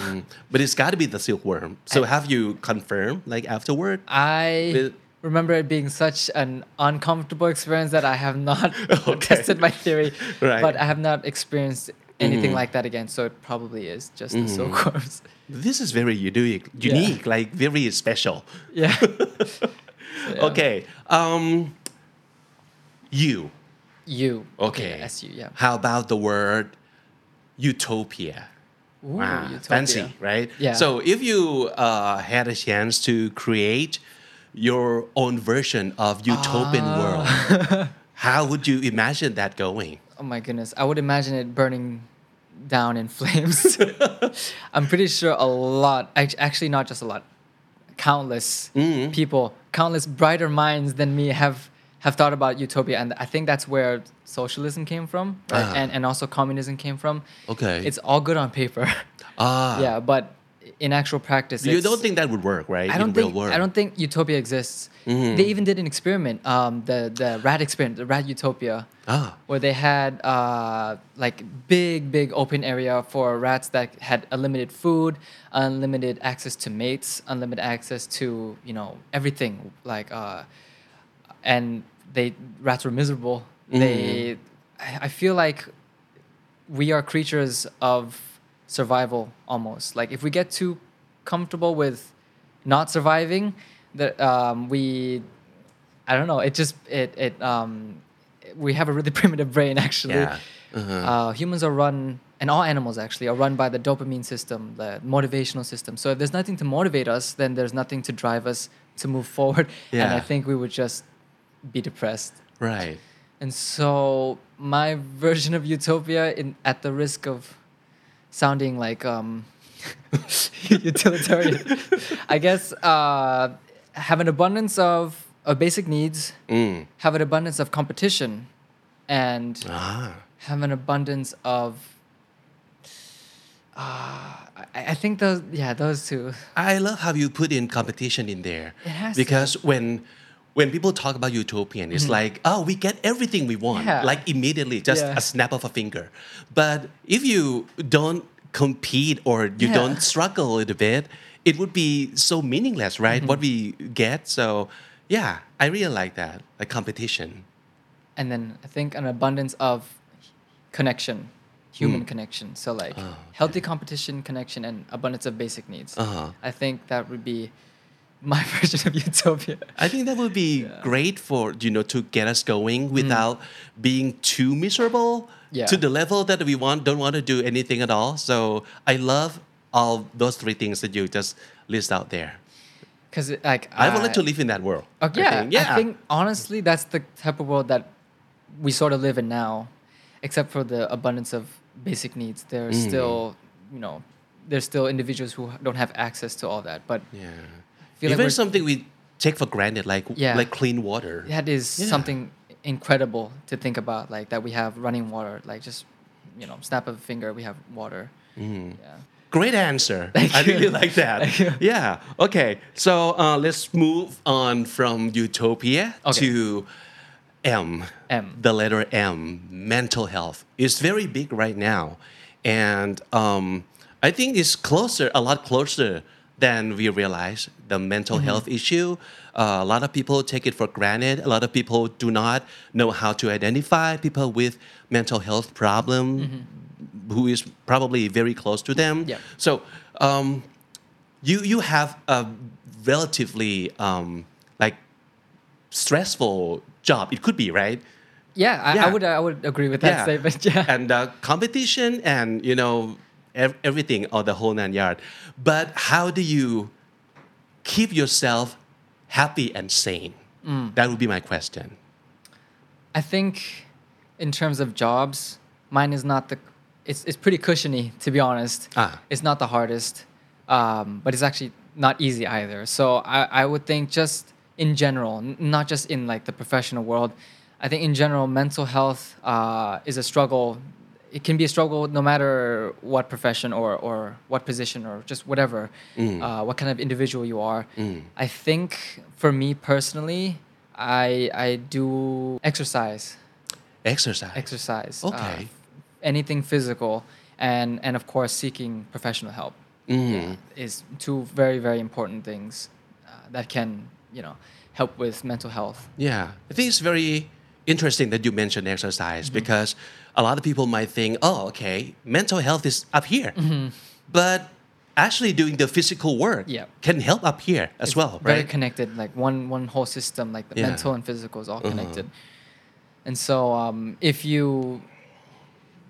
S1: But it's got to be the silkworm. So have you confirmed, like afterward?
S2: I
S1: Will-
S2: remember it being such an uncomfortable experience that I have
S1: [LAUGHS]
S2: not [LAUGHS] tested my theory,
S1: Right. Mm-hmm.
S2: but I have not experienced anything like that again. So it probably is just the silkworms.
S1: This is very unique, unique, like very special.
S2: [LAUGHS]
S1: [LAUGHS]
S2: yeah.
S1: Okay. Um, you.
S2: You.
S1: Okay.
S2: S U. Yeah.
S1: How about the word utopia?
S2: Ooh,
S1: Wow,
S2: utopia.
S1: fancy, right?
S2: Yeah.
S1: So if you uh, had a chance to create your own version of utopian
S2: Ah.
S1: world,
S2: [LAUGHS]
S1: how would you imagine that going?
S2: Oh my goodness. I would imagine it burning down
S1: [LAUGHS]
S2: in [LAUGHS] flames. I'm pretty sure a lot, act- actually, not just a lot, countless
S1: Mm-hmm.
S2: people, countless brighter minds than me have have thought about utopia and i think that's where socialism came from right?
S1: Ah.
S2: and, and also communism came from
S1: Okay.
S2: it's all good on paper [LAUGHS]
S1: Ah,
S2: yeah but in actual practice
S1: you
S2: it's-
S1: don't think that would work, right?
S2: I don't
S1: In
S2: think
S1: real world. Mm-hmm.
S2: I don't think utopia exists. They even did an experiment, um, the the rat experiment, the rat utopia,
S1: Ah.
S2: where they had uh, like big big open area for rats that had unlimited food, unlimited access to mates, unlimited access to you know everything like, uh, and they rats were miserable. They, I I feel like we are creatures of survival almost. Like if we get too comfortable with not surviving, that um, we, I don't know. It just it it um, we have a really [LAUGHS] primitive brain actually.
S1: Yeah. Mm-hmm.
S2: Uh, humans are run, and all animals actually are run by the dopamine system, the motivational system. So if there's nothing to motivate us, then there's nothing to drive us to move forward. And I
S1: Yeah.
S2: think we would just be depressed.
S1: Right.
S2: And so my [LAUGHS] version of utopia, in at the risk of sounding like um, [LAUGHS] utilitarian, I guess uh, have an abundance of, of basic needs, have an abundance of competition, and
S1: Ah.
S2: have an abundance of. Uh, I, I think those yeah those two.
S1: I love how you put in competition in there.
S2: It has to. Mm-hmm.
S1: because when when people talk about utopian, it's like, oh, we get everything we want,
S2: Yeah.
S1: like immediately, just
S2: Yeah.
S1: a snap of a finger. But if you don't compete or you
S2: Yeah.
S1: don't struggle a little bit, it would be so meaningless, right?
S2: Mm-hmm.
S1: What we get. So yeah, I really like that. Like competition.
S2: and then I think an abundance of connection,
S1: Hmm.
S2: human connection. So like
S1: Ah,
S2: healthy competition, connection, and abundance of basic needs.
S1: Uh-huh.
S2: I think that would be my [LAUGHS] version of utopia.
S1: I think that would be great for you know to get us going without being too miserable
S2: Mm. Yeah.
S1: to the level that we want don't want to do anything at all. So I love all those three things that you just list out there.
S2: Because like
S1: I would like to live in that world. I
S2: Okay, yeah,
S1: think. yeah.
S2: I think honestly that's the type of world that we sort of live in now, except for the abundance of basic needs. There's
S1: Hmm.
S2: still you know there's still individuals who don't have access to all that, but
S1: yeah.
S2: feel like
S1: Even
S2: we're-
S1: something we take for granted, like
S2: Yeah.
S1: like clean water.
S2: that is
S1: Yeah.
S2: something incredible to think about like that we have running water like just you know snap of a finger we have water
S1: Mm-hmm.
S2: yeah
S1: Great
S2: [LAUGHS]
S1: answer. I really like that. Yeah. Okay. So uh, let's move on from utopia
S2: Okay.
S1: to M.
S2: M.
S1: The letter M. Mental health is very big right now, and um, I think it's closer, a lot closer than we realize. The mental
S2: Mm-hmm.
S1: health issue. Uh, a lot of people take it for granted. A lot of people do not know how to identify people with mental health
S2: Mm-hmm.
S1: problem who is probably very close to them.
S2: Yeah.
S1: So um, you you have a relatively um, like stressful job. It could be right.
S2: yeah I,
S1: Yeah.
S2: I would i would agree with that statement [LAUGHS] yeah
S1: And uh, competition and you know ev- everything or the whole nine yard. But how do you keep yourself happy and sane?
S2: Mm.
S1: That would be my question.
S2: i think in terms of jobs mine is not the it's, it's pretty cushiony to be honest
S1: Ah.
S2: it's not the hardest um, but it's actually not easy either so I, I would think just in general n- not just in like the professional world i think in general mental health uh, is a struggle it can be a struggle no matter what profession or, or what position or just whatever, uh, what kind of individual you are. I think for me personally, I, I do exercise,
S1: Exercise.
S2: exercise. uh,
S1: Okay.
S2: anything physical and, and of course seeking professional help yeah, is two very, very important things uh, that can, you know, help with mental health.
S1: Yeah, I think it's very interesting that you mentioned exercise
S2: Mm-hmm.
S1: because a lot of people might think, oh, okay, mental health is up here. But actually, doing the physical work
S2: Mm-hmm. Yeah.
S1: can help up here as well,
S2: very
S1: right?
S2: connected like one one whole system like the
S1: Yeah. Uh-huh.
S2: mental and physical is all connected and so um, if you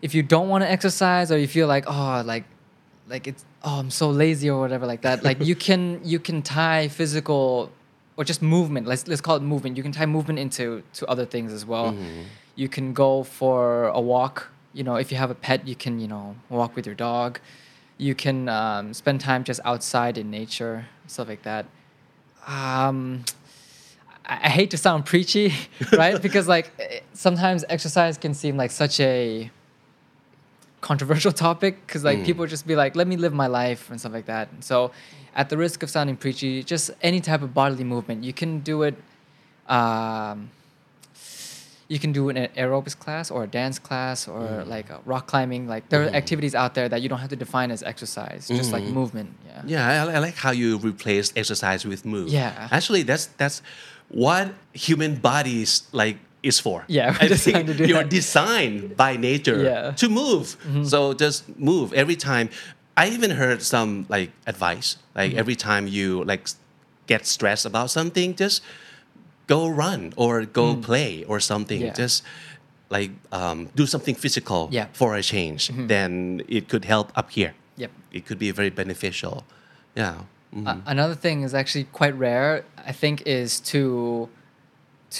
S2: if you don't want to exercise or you feel like oh like like it's oh i'm so lazy or whatever like that like
S1: [LAUGHS]
S2: you can you can tie physical or just movement let's let's call it movement you can tie movement into to other things as well
S1: Mm-hmm.
S2: you can go for a walk you know if you have a pet you can you know walk with your dog you can um, spend time just outside in nature stuff like that um, I I hate to sound preachy, [LAUGHS] right? because like eh, sometimes exercise can seem like such a controversial topic because like people just be like, let me live my life and stuff like that. And so, at the risk of sounding preachy, just any type of bodily movement, you can do it. Um, you can do it in an aerobics class or a dance class or like a rock climbing. Like there are activities out there that you don't have to define as exercise, just like movement. Yeah.
S1: Yeah, I, I like how you replaced exercise with move.
S2: Yeah.
S1: actually, that's that's what human bodies like is for.
S2: Yeah, [LAUGHS] we're
S1: I think
S2: designed to do
S1: you're
S2: that.
S1: designed by nature
S2: Yeah. Mm-hmm.
S1: to move. So just move every time. I even heard some like advice, like
S2: Mm-hmm.
S1: every time you like s- get stressed about something, just go run or go play or something.
S2: Mm. Yeah.
S1: Just like um, do something physical
S2: Yeah. Mm-hmm.
S1: for a change. Then it could help up here
S2: Yep.
S1: it could be very beneficial. Yeah. Mm.
S2: A- another thing is actually quite rare, I think, is to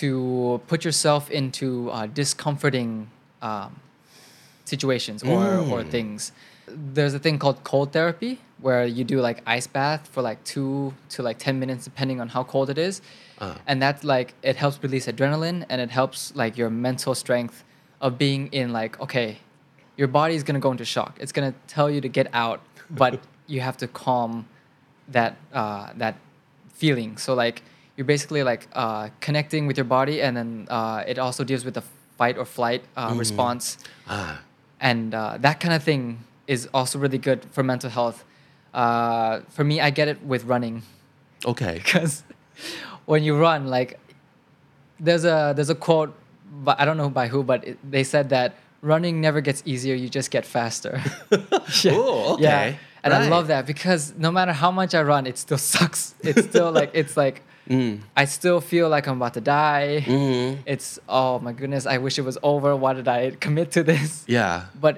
S2: to put yourself into uh, discomforting um, situations or, or things. There's a thing called cold therapy where you do like ice bath for like two to like 10 minutes, depending on how cold it is. And that's like, it helps release adrenaline and it helps like your mental strength of being in like, okay, your body's gonna go into shock. It's gonna tell you to get out, but you have to calm that, uh, that feeling. So like, you're basically like uh, connecting with your body and then uh, it also deals with the fight or flight uh, response
S1: Ah.
S2: and uh, that kind of thing is also really good for mental health. Uh, for me, I get it with running [LAUGHS]
S1: Okay.
S2: because when you run, like there's a there's a quote, but I don't know by who, but it, they said that running never gets easier; you just get
S1: [LAUGHS]
S2: faster. [LAUGHS] Yeah.
S1: Oh, okay.
S2: Yeah. And I
S1: Right.
S2: love that because no matter how much I run, it still [LAUGHS] sucks. It's still like it's like
S1: Mm.
S2: I still feel like I'm about to die.
S1: Mm-hmm.
S2: It's oh my goodness, I wish it was over. Why did I commit to this?
S1: Yeah.
S2: but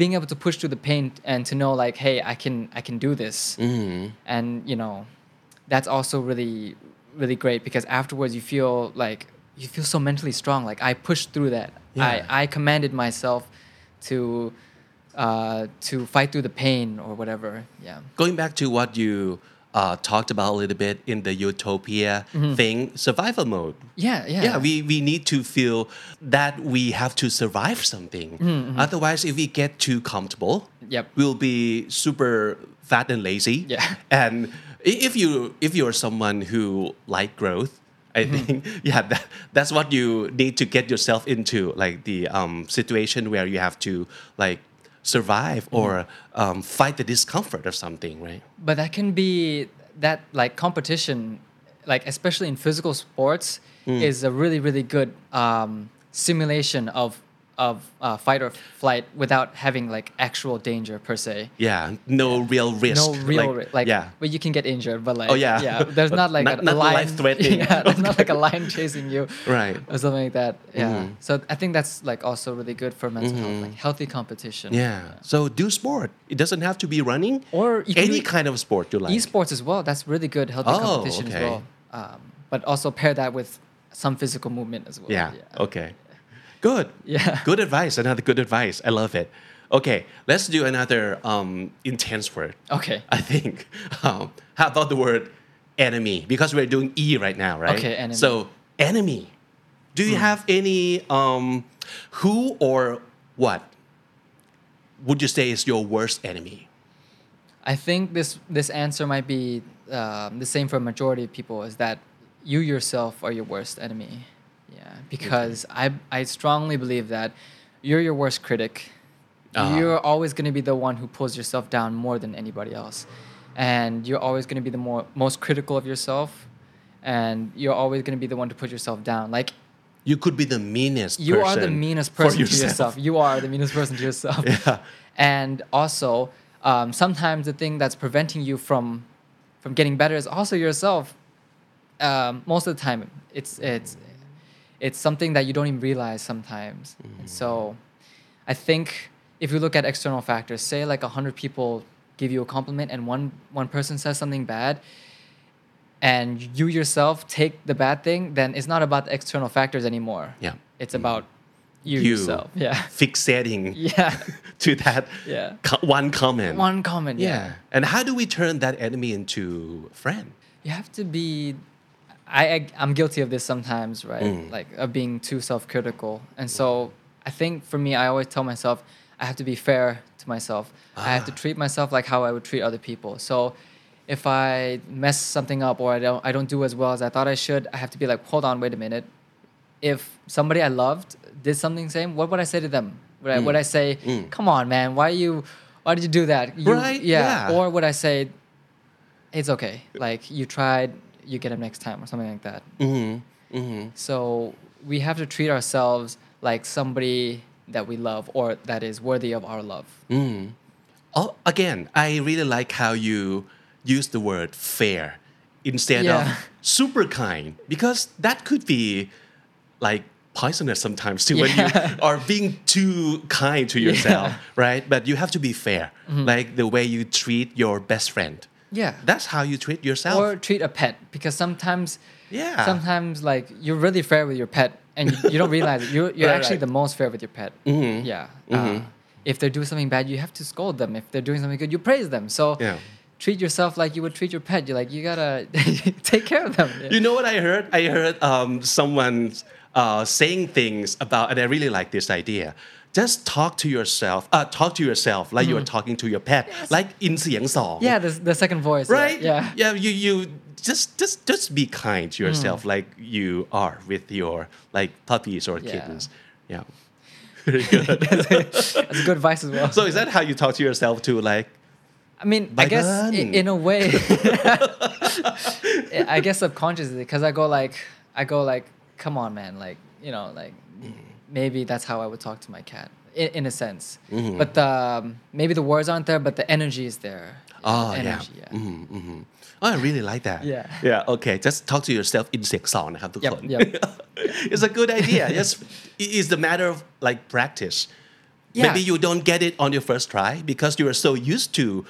S2: being able to push through the pain and to know like hey i can i can do this
S1: Mm-hmm. Hmm.
S2: and you know that's also really really great because afterwards you feel like you feel so mentally strong like i pushed through that
S1: Yeah.
S2: i i commanded myself to uh to fight through the pain or whatever yeah
S1: Going back to what you uh, talked about a little bit in the utopia thing, survival mode.
S2: yeah yeah
S1: Yeah, we, we need to feel that we have to survive something. Otherwise, if we get too comfortable,
S2: Mm-hmm. Yep.
S1: we'll be super fat and lazy.
S2: Yeah. [LAUGHS]
S1: And i- if you if you're someone who like growth, I
S2: Mm-hmm.
S1: think [LAUGHS] yeah, that, that's what you need to get yourself into, like the um, situation where you have to like survive
S2: Mm-hmm.
S1: or um, fight the discomfort of something, right?
S2: but that can be that like competition like especially in physical sports
S1: Mm.
S2: is a really really good um, simulation of of uh, fight or flight without having like actual danger per se
S1: Yeah, no real risk.
S2: no real like, like
S1: yeah.
S2: but you can get injured but like
S1: Oh, yeah.
S2: yeah there's
S1: [LAUGHS] But
S2: not like
S1: not-
S2: a,
S1: not
S2: a lion
S1: life-threatening.
S2: [LAUGHS] yeah there's not
S1: [LAUGHS]
S2: like a lion chasing you
S1: Right. Mm-hmm.
S2: or something like that yeah so i think that's like also really good for mental health like healthy competition
S1: Yeah. So do sport. It doesn't have to be running
S2: Or you can
S1: any
S2: do
S1: kind of sport you like.
S2: esports as well. That's really good healthy
S1: Oh,
S2: competition
S1: okay.
S2: as well. Um, but also pair that with some physical movement as well.
S1: Yeah. Okay. Good.
S2: Yeah.
S1: Good advice. Another good advice. I love it. Okay. Let's do another um, intense word.
S2: Okay.
S1: I think. [LAUGHS] Um, how about the word enemy? Because we're doing E right now, right?
S2: Okay, enemy. Hmm.
S1: So enemy. Do you have any um, who or what would you say is your worst enemy?
S2: I think this this answer might be um, the same for a majority of people is that you yourself are your worst enemy. Yeah, because I I strongly believe that you're your worst critic.
S1: Uh-huh.
S2: You're always going to be the one who pulls yourself down more than anybody else, and you're always going to be the more most critical of yourself, and you're always going to be the one to put yourself down. Like
S1: You could be the meanest.
S2: you are the
S1: person
S2: meanest
S1: for
S2: person to yourself. You are the meanest person to yourself. yeah. And also, um, sometimes the thing that's preventing you from from getting better is also yourself. Um, most of the time, it's it's it's something that you don't even realize sometimes. And so, I think if you look at external factors, say like hundred people give you a compliment and one one person says something bad, and you yourself take the bad thing, then it's not about the external factors anymore.
S1: Yeah.
S2: It's about Mm-hmm. you,
S1: You
S2: yourself. Yeah. [LAUGHS]
S1: fixating
S2: Yeah.
S1: to that
S2: Yeah.
S1: co- one comment.
S2: One comment. Yeah.
S1: Yeah. And how do we turn that enemy into friend?
S2: You have to be I, I I'm guilty of this sometimes, right?
S1: Mm.
S2: Like of being too self-critical. And so I think for me I always tell myself I have to be fair to myself. I have to
S1: Ah.
S2: treat myself like how I would treat other people. So if I mess something up or I don't I don't do as well as I thought I should, I have to be like, "Hold on, wait a minute. if somebody I loved did something same, what would I say to them? Would I, would
S1: Mm.
S2: I say, "Come on, man, why you, why did you do that?" You-
S1: Right,
S2: Yeah.
S1: yeah.
S2: Or would I say, "It's okay. Like you tried, you get him next time," or something like that.
S1: Mm-hmm.
S2: So we have to treat ourselves like somebody that we love or that is worthy of our love.
S1: Mm-hmm. Oh, again, I really like how you use the word fair instead
S2: Yeah. [LAUGHS]
S1: of super kind because that could be like poisonous sometimes too when
S2: Yeah. [LAUGHS]
S1: you are being too kind to yourself, right? But you have to be fair,
S2: Mm-hmm.
S1: like the way you treat your best friend.
S2: Yeah.
S1: That's how you treat yourself.
S2: or treat a pet because sometimes
S1: Yeah.
S2: sometimes like you're really fair with your pet and you, you don't realize it. you're,
S1: [LAUGHS]
S2: you're
S1: Right,
S2: actually
S1: right. Mm-hmm.
S2: the most fair with your pet yeah Uh, if they're doing something bad you have to scold them if they're doing something good you praise them so
S1: Yeah.
S2: treat yourself like you would treat your pet you're like you gotta [LAUGHS] take care of them Yeah.
S1: [LAUGHS] You know what I heard? I heard um, someone uh, saying things about, and I really like this idea. Just talk to yourself. Uh, talk to yourself like
S2: Mm.
S1: you're talking to your pet, like in Xiang Song.
S2: yeah the, the second voice yeah,
S1: Right.
S2: yeah Mm.
S1: Yeah. You you just just just be kind to yourself, like you are with your like puppies or
S2: Yeah.
S1: kittens. Yeah. [LAUGHS] Very good. [LAUGHS]
S2: that's good advice as well
S1: so is that how you talk to yourself too? Like
S2: I mean, I
S1: By
S2: guess i
S1: then.
S2: in a way, [LAUGHS] I I guess subconsciously, because I go like, I go like, come on, man, like, you know, like,
S1: Mm-hmm.
S2: maybe that's how I would talk to my cat, in, in a sense.
S1: Mm-hmm.
S2: But the, um, maybe the words aren't there, but the energy is there.
S1: Oh yeah.
S2: energy, yeah.
S1: Mhm, mhm. Oh, I really like that.
S2: Yeah.
S1: Yeah. Okay. Just talk to yourself in six song. Have to
S2: Yep, yep.
S1: [LAUGHS] It's a good idea. Yes. It is a matter of like practice.
S2: Yeah.
S1: Maybe you don't get it on your first try because you are so used to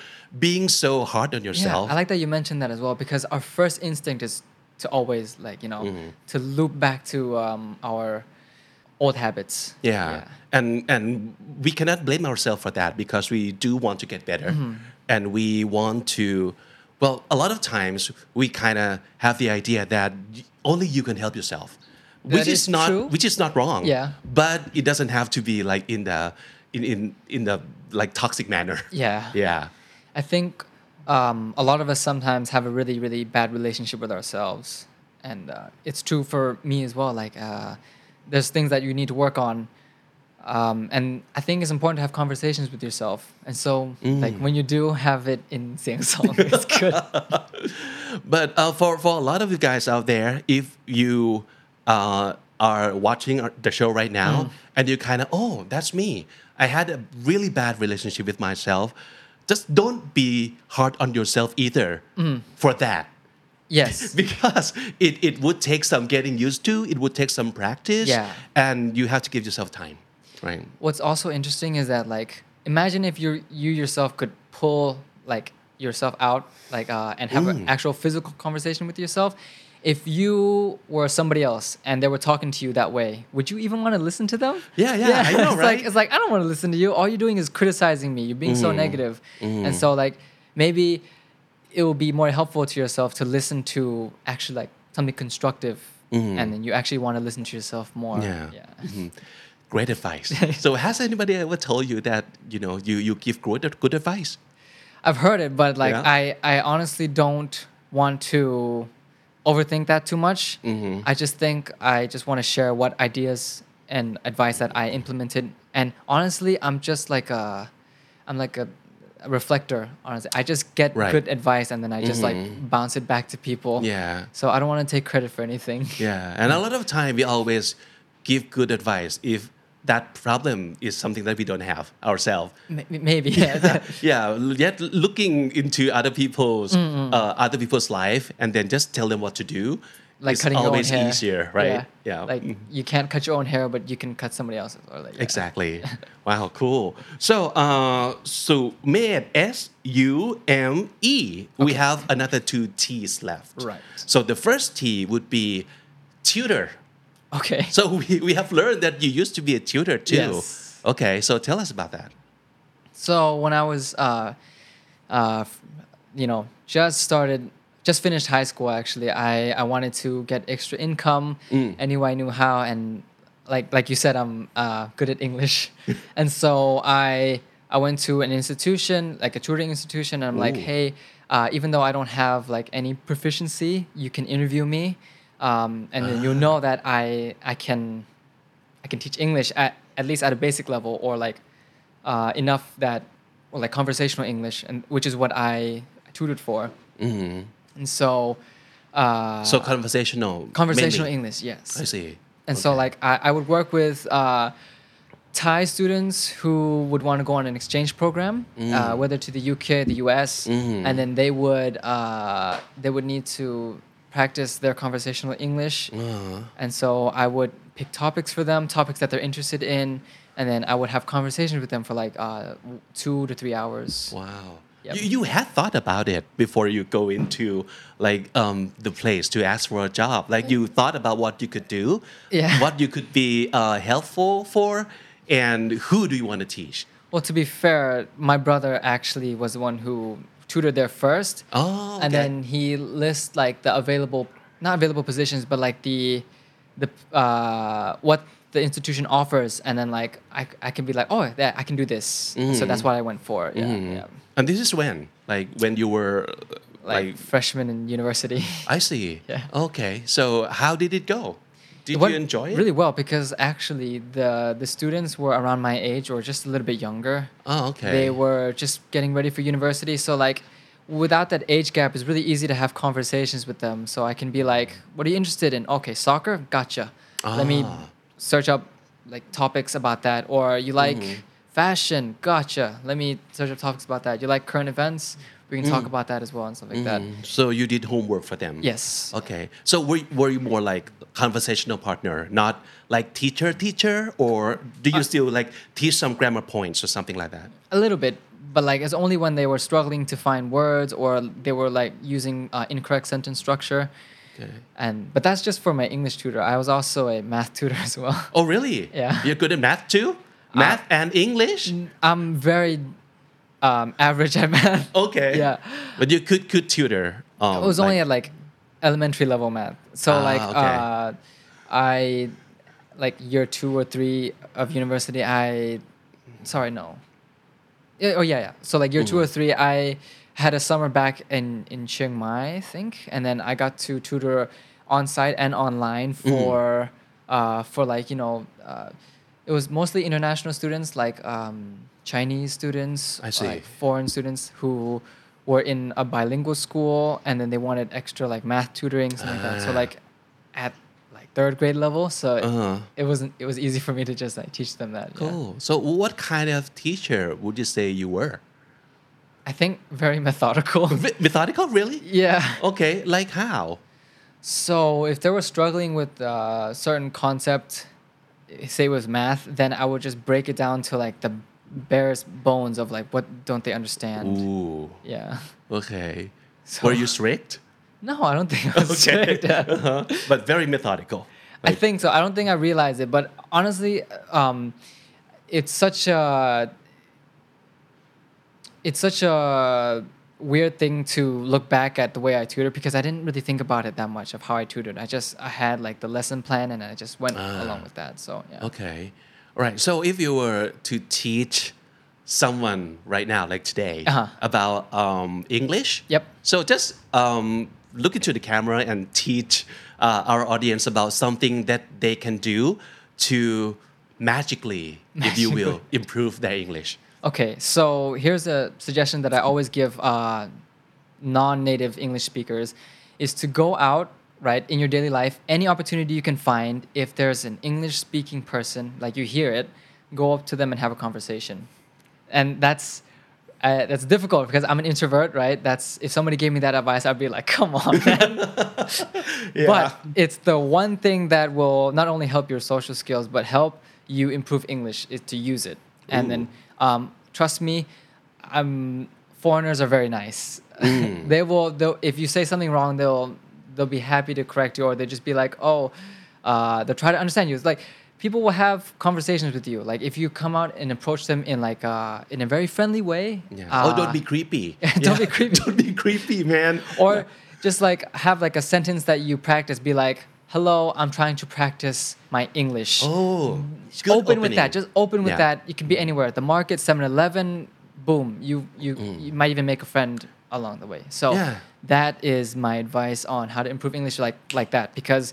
S1: being so hard on yourself.
S2: Yeah, I like that you mentioned that as well because our first instinct is to always like you know
S1: Mm-hmm.
S2: to loop back to um, our old habits.
S1: yeah. And and we cannot blame ourselves for that because we do want to get better,
S2: Mm-hmm.
S1: and we want to. Well, a lot of times we kind of have the idea that y- only you can help yourself, which
S2: That is
S1: not
S2: true.
S1: which is not wrong.
S2: Yeah.
S1: But it doesn't have to be like in the in in, in the like toxic manner.
S2: Yeah.
S1: Yeah.
S2: I think um, a lot of us sometimes have a really, really bad relationship with ourselves. And uh, it's true for me as well. Like, uh, there's things that you need to work on. Um, and I think it's important to have conversations with yourself. And so, like, when you do have it in Xiang Song, it's good.
S1: But uh, for, for a lot of you guys out there, if you uh, are watching our- the show right now
S2: Mm.
S1: and you kind of, oh, that's me. I had a really bad relationship with myself. Just don't be hard on yourself either
S2: Mm.
S1: for that. [LAUGHS]
S2: Yes.
S1: Because it, it would take some getting used to, it would take some practice,
S2: Yeah.
S1: and you have to give yourself time. Right.
S2: What's also interesting is that, like, imagine if you you yourself could pull like yourself out, like, uh, and have
S1: Mm.
S2: an actual physical conversation with yourself. If you were somebody else and they were talking to you that way, would you even want to listen to them?
S1: Yeah, yeah,
S2: [LAUGHS]
S1: I know,
S2: it's Like,
S1: right? Mm-hmm.
S2: it's like I don't want to listen to you. All you're doing is criticizing me. You're being so negative, and so like maybe it will be more helpful to yourself to listen to actually like something constructive, and then you actually want to listen to yourself more.
S1: Mm-hmm. Yeah.
S2: yeah.
S1: Great
S2: [LAUGHS]
S1: advice. so has anybody ever told you that you know you, you give good good advice?
S2: I've heard it, but like
S1: Yeah.
S2: I, I honestly don't want to overthink that too much.
S1: Mm-hmm.
S2: I just think I just want to share what ideas and advice that I implemented. And honestly, I'm just like a, I'm like a, a reflector. Honestly, I just get
S1: Right. Mm-hmm.
S2: good advice and then I just like bounce it back to people.
S1: Yeah.
S2: So I don't want to take credit for anything. [LAUGHS]
S1: Yeah, and a lot of time we always give good advice if that problem is something that we don't have ourselves.
S2: M- Maybe. Yeah.
S1: [LAUGHS] Yeah, yet looking into other people's
S2: Mm,
S1: uh, other people's life and then just tell them what to do
S2: [LAUGHS] like
S1: is
S2: cutting
S1: always
S2: your own hair.
S1: easier, right? Mm, Mm-hmm.
S2: Yeah. Like you can't cut your own hair, but you can cut somebody else's. Or like [LAUGHS] yeah.
S1: Exactly. wow, cool. So, uh, Sumed, S U M E. We have another two T's left.
S2: Right.
S1: So, the first T would be tutor.
S2: Okay.
S1: So, we, we have learned that you used to be a tutor too.
S2: Yes.
S1: Okay, so tell us about that.
S2: So when I was, uh, uh, f- you know, just started, just finished high school. Actually, I, I wanted to get extra income. Any way I knew how, and like like you said, I'm uh, good at English, and so I I went to an institution, like a tutoring institution, and I'm like,
S1: Ooh.
S2: hey, uh, even though I don't have like any proficiency, you can interview me, um, and then you'll know that I I can I can teach English at, at least at a basic level or like uh, enough that or like conversational English and which is what I tutored for. Mm-hmm. And so uh,
S1: So, conversational. mainly.
S2: conversational English, yes.
S1: I see.
S2: And so
S1: Okay.
S2: like I, I would work with uh, Thai students who would want to go on an exchange program, uh, whether to the UK, the US, and then they would uh, they would need to practice their conversational English. And so I would pick topics for them, topics that they're interested in, and then I would have conversations with them for like uh, w- two to three hours.
S1: Wow.
S2: Yep.
S1: You, you had thought about it before you go into like um, the place to ask for a job. Like you thought about what you could do,
S2: Yeah.
S1: what you could be uh, helpful for, and who do you want to teach?
S2: Well, to be fair, my brother actually was the one who tutored there first.
S1: Oh,
S2: And
S1: okay.
S2: then he lists like the available, not available positions, but like the, the uh, what the institution offers, and then like I, I can be like, oh, yeah, I can do this. So
S1: Mm.
S2: that's what I went for. Yeah, yeah.
S1: And this is when, like when you were, uh,
S2: Like,
S1: like,
S2: freshman in
S1: [LAUGHS]
S2: university.
S1: I see.
S2: Yeah.
S1: Okay. So how did it go? Did
S2: went
S1: you enjoy it?
S2: Really well because actually the the students were around my age or just a little bit younger.
S1: Oh, okay.
S2: They were just getting ready for university, so like without that age gap, it's really easy to have conversations with them. So I can be like, "What are you interested in? Okay, soccer, gotcha. Let me
S1: Ah.
S2: search up like topics about that. Or you like
S1: Mm-hmm.
S2: fashion, gotcha. Let me search up topics about that. You like current events? We can talk
S1: Mm.
S2: about that as well and stuff like that.
S1: So you did homework for them.
S2: Yes.
S1: Okay. So were, were you more like conversational partner, not like teacher teacher, or do
S2: Uh,
S1: you still like teach some grammar points or something like that?
S2: A little bit, but like it's only when they were struggling to find words or they were like using uh, incorrect sentence structure.
S1: Okay.
S2: And but that's just for my English tutor. I was also a math tutor [LAUGHS] as well.
S1: Oh really?
S2: Yeah.
S1: [LAUGHS]
S2: Uh,
S1: You're good at math too. Math and English.
S2: I'm very um, average at math.
S1: Okay.
S2: [LAUGHS] Yeah.
S1: But you could could tutor. Um,
S2: It was only
S1: like-
S2: at like elementary level math. So
S1: Ah,
S2: like
S1: okay.
S2: uh, I like year two or three of university. I sorry no. Yeah, oh yeah yeah. So like year two or three, I had a summer back in in Chiang Mai, I think, and then I got to tutor on site and online for uh, for like you know. Uh, it was mostly international students, like um, Chinese students,
S1: I see.
S2: like foreign students who were in a bilingual school and then they wanted extra like math tutoring something like that so like at like third grade level so it-
S1: Uh-huh.
S2: it wasn't it was easy for me to just like teach them that yeah.
S1: Cool. Oh, So what kind of teacher would you say you were?
S2: i think very methodical
S1: Me- Methodical, really?
S2: yeah
S1: Okay. Like how?
S2: so if they were struggling with a certain concept say it was math then i would just break it down to like the barest bones of like what don't they understand
S1: Ooh.
S2: yeah [LAUGHS]
S1: Okay. Were you strict?
S2: no i don't [LAUGHS] think i was strict. Yeah.
S1: Uh-huh. But very methodical.
S2: I think so. I don't think I realized it, but honestly, um, it's such a it's such a weird thing to look back at the way I tutored because I didn't really think about it that much of how I tutored. I just I had like the lesson plan and I just went along with that. So yeah.
S1: Okay. All right. So if you were to teach someone right now, like today,
S2: Uh-huh.
S1: about um, English.
S2: Yep.
S1: So just um, look into the camera and teach uh, our audience about something that they can do to magically, if you will, improve their English.
S2: Okay, so here's a suggestion that I always give uh, non-native English speakers is to go out right in your daily life any opportunity you can find if there's an english speaking person like you hear it go up to them and have a conversation and that's uh, that's difficult because i'm an introvert right that's if somebody gave me that advice i'd be like [LAUGHS] come on man. but it's the one thing that will not only help your social skills but help you improve english is to use it and then um, trust me um, foreigners are very nice
S1: Mm.
S2: [LAUGHS] they will they'll, if you say something wrong they'll they'll be happy to correct you or they'll just be like oh uh, they'll try to understand you it's like people will have conversations with you like if you come out and approach them in like uh, in a very friendly way
S1: Yeah. oh, don't be creepy.
S2: [LAUGHS] don't be creepy.
S1: [LAUGHS] don't be creepy, man.
S2: or just like have like a sentence that you practice be like hello i'm trying to practice my english
S1: Oh,
S2: Mm. open with that just open with
S1: Yeah.
S2: that you can be anywhere at the market 7-eleven boom you you, you might even make a friend along the way so
S1: Mm. Yeah.
S2: that is my advice on how to improve english like like that because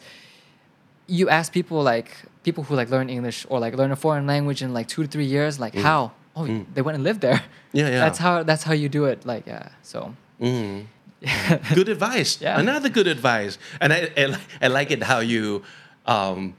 S2: you ask people like people who like learn english or like learn a foreign language in like two to three years like how oh they went and lived there
S1: Mm. Yeah, yeah.
S2: that's how that's how you do it like yeah so
S1: good advice.
S2: Yeah.
S1: Another good advice. And I, I, li- I like it how you um,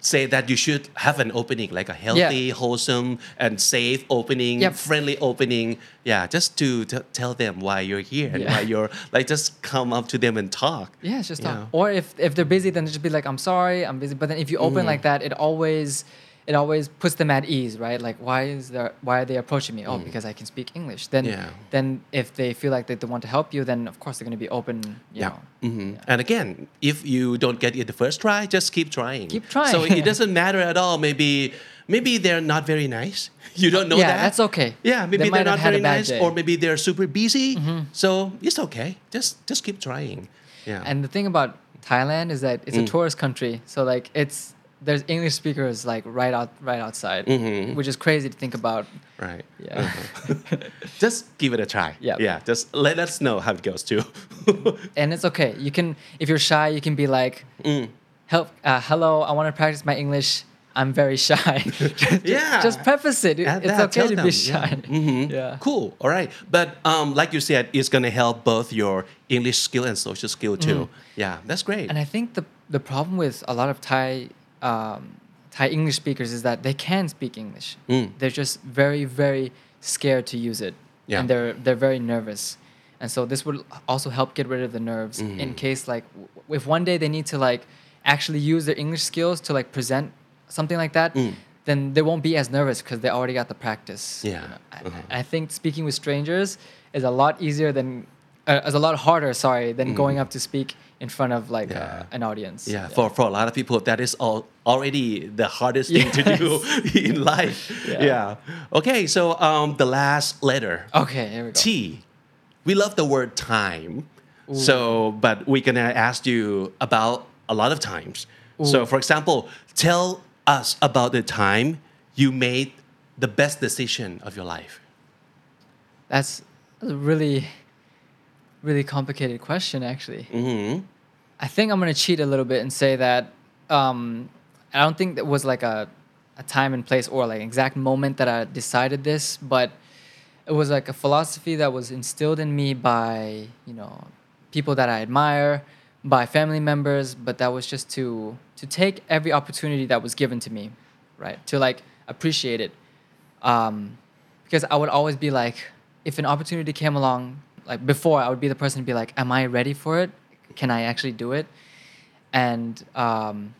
S1: say that you should have an opening, like a healthy, wholesome, and safe opening,
S2: Yep.
S1: friendly opening. Yeah, just to t- tell them why you're here and
S2: Yeah.
S1: why you're like, just come up to them and talk.
S2: Yeah, it's just
S1: Yeah.
S2: not- Or if if they're busy, then just be like, "I'm sorry, I'm busy." But then if you
S1: Mm-hmm.
S2: open like that, it always it always puts them at ease, right? Like, why is there why are they approaching me? Oh, because I can speak English. Then
S1: Mm. Yeah.
S2: then if they feel like they don't want to help you, then of course they're going to be open. You know.
S1: Mhm. And again, if you don't get it the first try, just keep trying.
S2: Keep trying.
S1: So it doesn't matter at all. Maybe maybe they're not very nice. [LAUGHS] You don't know
S2: Yeah,
S1: that.
S2: that's okay.
S1: Yeah, maybe
S2: They
S1: they
S2: might
S1: are not
S2: have had
S1: very
S2: a bad
S1: nice,
S2: day. Mm-hmm.
S1: or maybe they're super busy. So it's okay. Just just keep trying. Yeah.
S2: And the thing about Thailand is that it's a
S1: Mm.
S2: tourist country, so like it's there's English speakers like right out right outside,
S1: Mm-hmm.
S2: which is crazy to think about.
S1: right.
S2: Yeah.
S1: Uh-huh. Just give it a try.
S2: Yep.
S1: Yeah. Just let us know how it goes too. [LAUGHS]
S2: and it's okay. You can, if you're shy, you can be like,
S1: Mm.
S2: "Help, uh, hello, I want to practice my English. I'm very [LAUGHS] shy." just,
S1: Yeah.
S2: just preface it.
S1: Add
S2: it's
S1: that,
S2: okay
S1: tell
S2: to
S1: them,
S2: be
S1: yeah. Mm-hmm.
S2: shy. Yeah.
S1: cool. All right. But um, like you said, it's gonna help both your English skill and social skill too. Yeah, that's great.
S2: Mm-hmm. And I think the the problem with a lot of Thai um, Thai English speakers is that they can speak English.
S1: Mm.
S2: They're just very very scared to use it,
S1: Yeah.
S2: and they're they're very nervous. And so this would also help get rid of the nerves
S1: Mm.
S2: in case like w- if one day they need to like actually use their English skills to like present something like that. Then they won't be as nervous because they already got the practice.
S1: Mm. Yeah.
S2: I, I think speaking with strangers is a lot easier than uh, is a lot harder. Sorry, than going up to speak in front of like
S1: Mm-hmm. Yeah.
S2: uh, an audience.
S1: Yeah, For, for a lot of people, that is all, already the hardest thing to do [LAUGHS] in life. Yeah.
S2: Yeah.
S1: Okay, so um, the last letter
S2: Okay, here we go.
S1: T. We love the word time. So, but we're going to ask you about a lot of times. So, for example, tell us about the time you made the best decision of your life.
S2: That's a really, really complicated question, actually. Mm-hmm. I think I'm gonna cheat a little bit and say that um, I don't think that was like a, a time and place or like an exact moment that I decided this, but it was like a philosophy that was instilled in me by you know people that I admire, by family members, but that was just to to take every opportunity that was given to me, right? To like appreciate it um, because I would always be like, if an opportunity came along, like before, I would be the person to be like, am I ready for it? Can I actually do it? And um,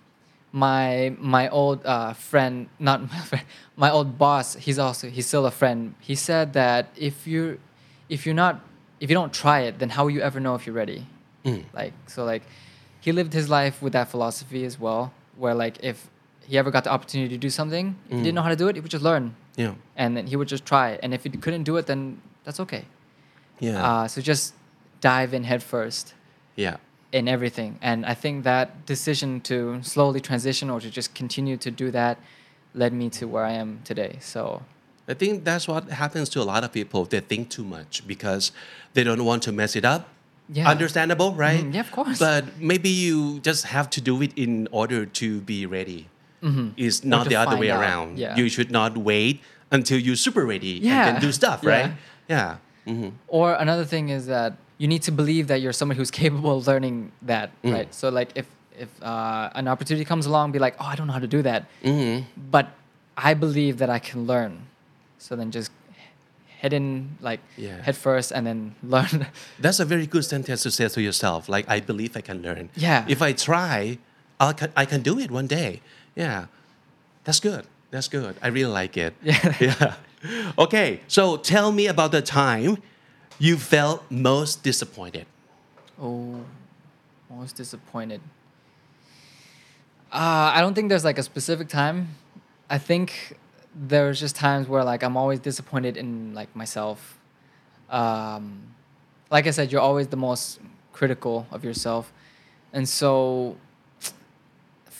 S2: my my old uh, friend, not [LAUGHS] my friend, my old boss, he's also he's still a friend. He said that if you if you're not if you don't try it, then how will you ever know if you're ready? Like so, like he lived his life with that philosophy as well, where like if he ever got the opportunity to do something, if he didn't know how to do it, he would just learn
S1: Yeah.
S2: and then he would just try it. And if he couldn't do it, then that's okay.
S1: Yeah.
S2: Uh, so just dive in headfirst
S1: yeah.
S2: in everything. And I think that decision to slowly transition or to just continue to do that led me to where I am today. So
S1: I think that's what happens to a lot of people. They think too much because they don't want to mess it up.
S2: Yeah.
S1: Understandable, right?
S2: Mhm, yeah, of course.
S1: But maybe you just have to do it in order to be ready. It's not
S2: Mm-hmm. to
S1: the other
S2: find
S1: way
S2: out,
S1: around.
S2: yeah.
S1: You should not wait until you're super ready and
S2: Yeah.
S1: can do stuff,
S2: Yeah.
S1: right? Yeah. Mhm.
S2: Or another thing is that you need to believe that you're someone who's [LAUGHS] capable of learning that, right? So like if if uh, an opportunity comes along, be like, oh, I don't know how to do that, but I believe that I can learn. So then just head in like
S1: Yeah.
S2: head first and then [LAUGHS] learn.
S1: That's a very good sentence to say to yourself. Like, I believe I can learn.
S2: Yeah.
S1: If I try, I'll, ca- I can do it one day. Yeah. That's good. That's good. I really like it. [LAUGHS] Yeah. Okay. So tell me about the time you felt most disappointed.
S2: oh, most disappointed. Uh, I don't think there's like a specific time. I think there's just times where like I'm always disappointed in like myself. Um, like I said, you're always the most critical of yourself, and so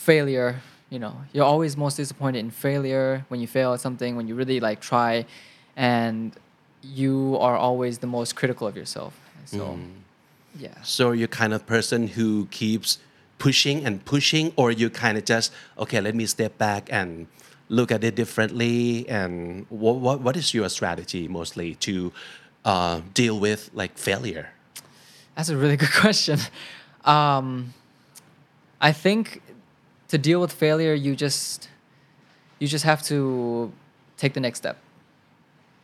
S2: failure. You know, you're always most disappointed in failure when you fail at something when you really like try, and you are always the most critical of yourself. So, yeah.
S1: So you're kind of person who keeps pushing and pushing, or you kind of just, okay, let me step back and look at it differently. And what, what, what is your strategy mostly to uh, deal with like failure?
S2: That's a really [LAUGHS] good question. Um, I think to deal with failure, you just you just have to take the next step.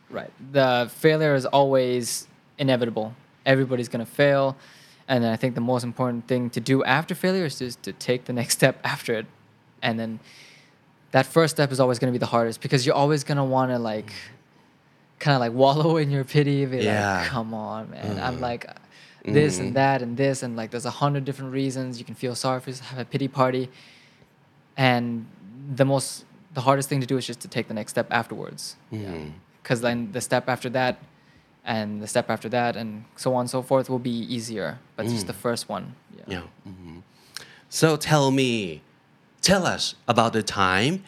S2: Right. The failure is always inevitable. Everybody's gonna fail, and then I think the most important thing to do after failure is just to take the next step after it, and then that first step is always gonna be the hardest because you're always gonna wanna like kind of like wallow in your pity, be
S1: Yeah.
S2: like, come on, man. I'm like uh, this and that and this and like there's a hundred different reasons you can feel sorry for yourself, have a pity party, and the most the hardest thing to do is just to take the next step afterwards. Because then the step after that, and the step after that, and so on and so forth will be easier. But it's just the first one. Yeah.
S1: Yeah. mhm. So tell me, tell us about the time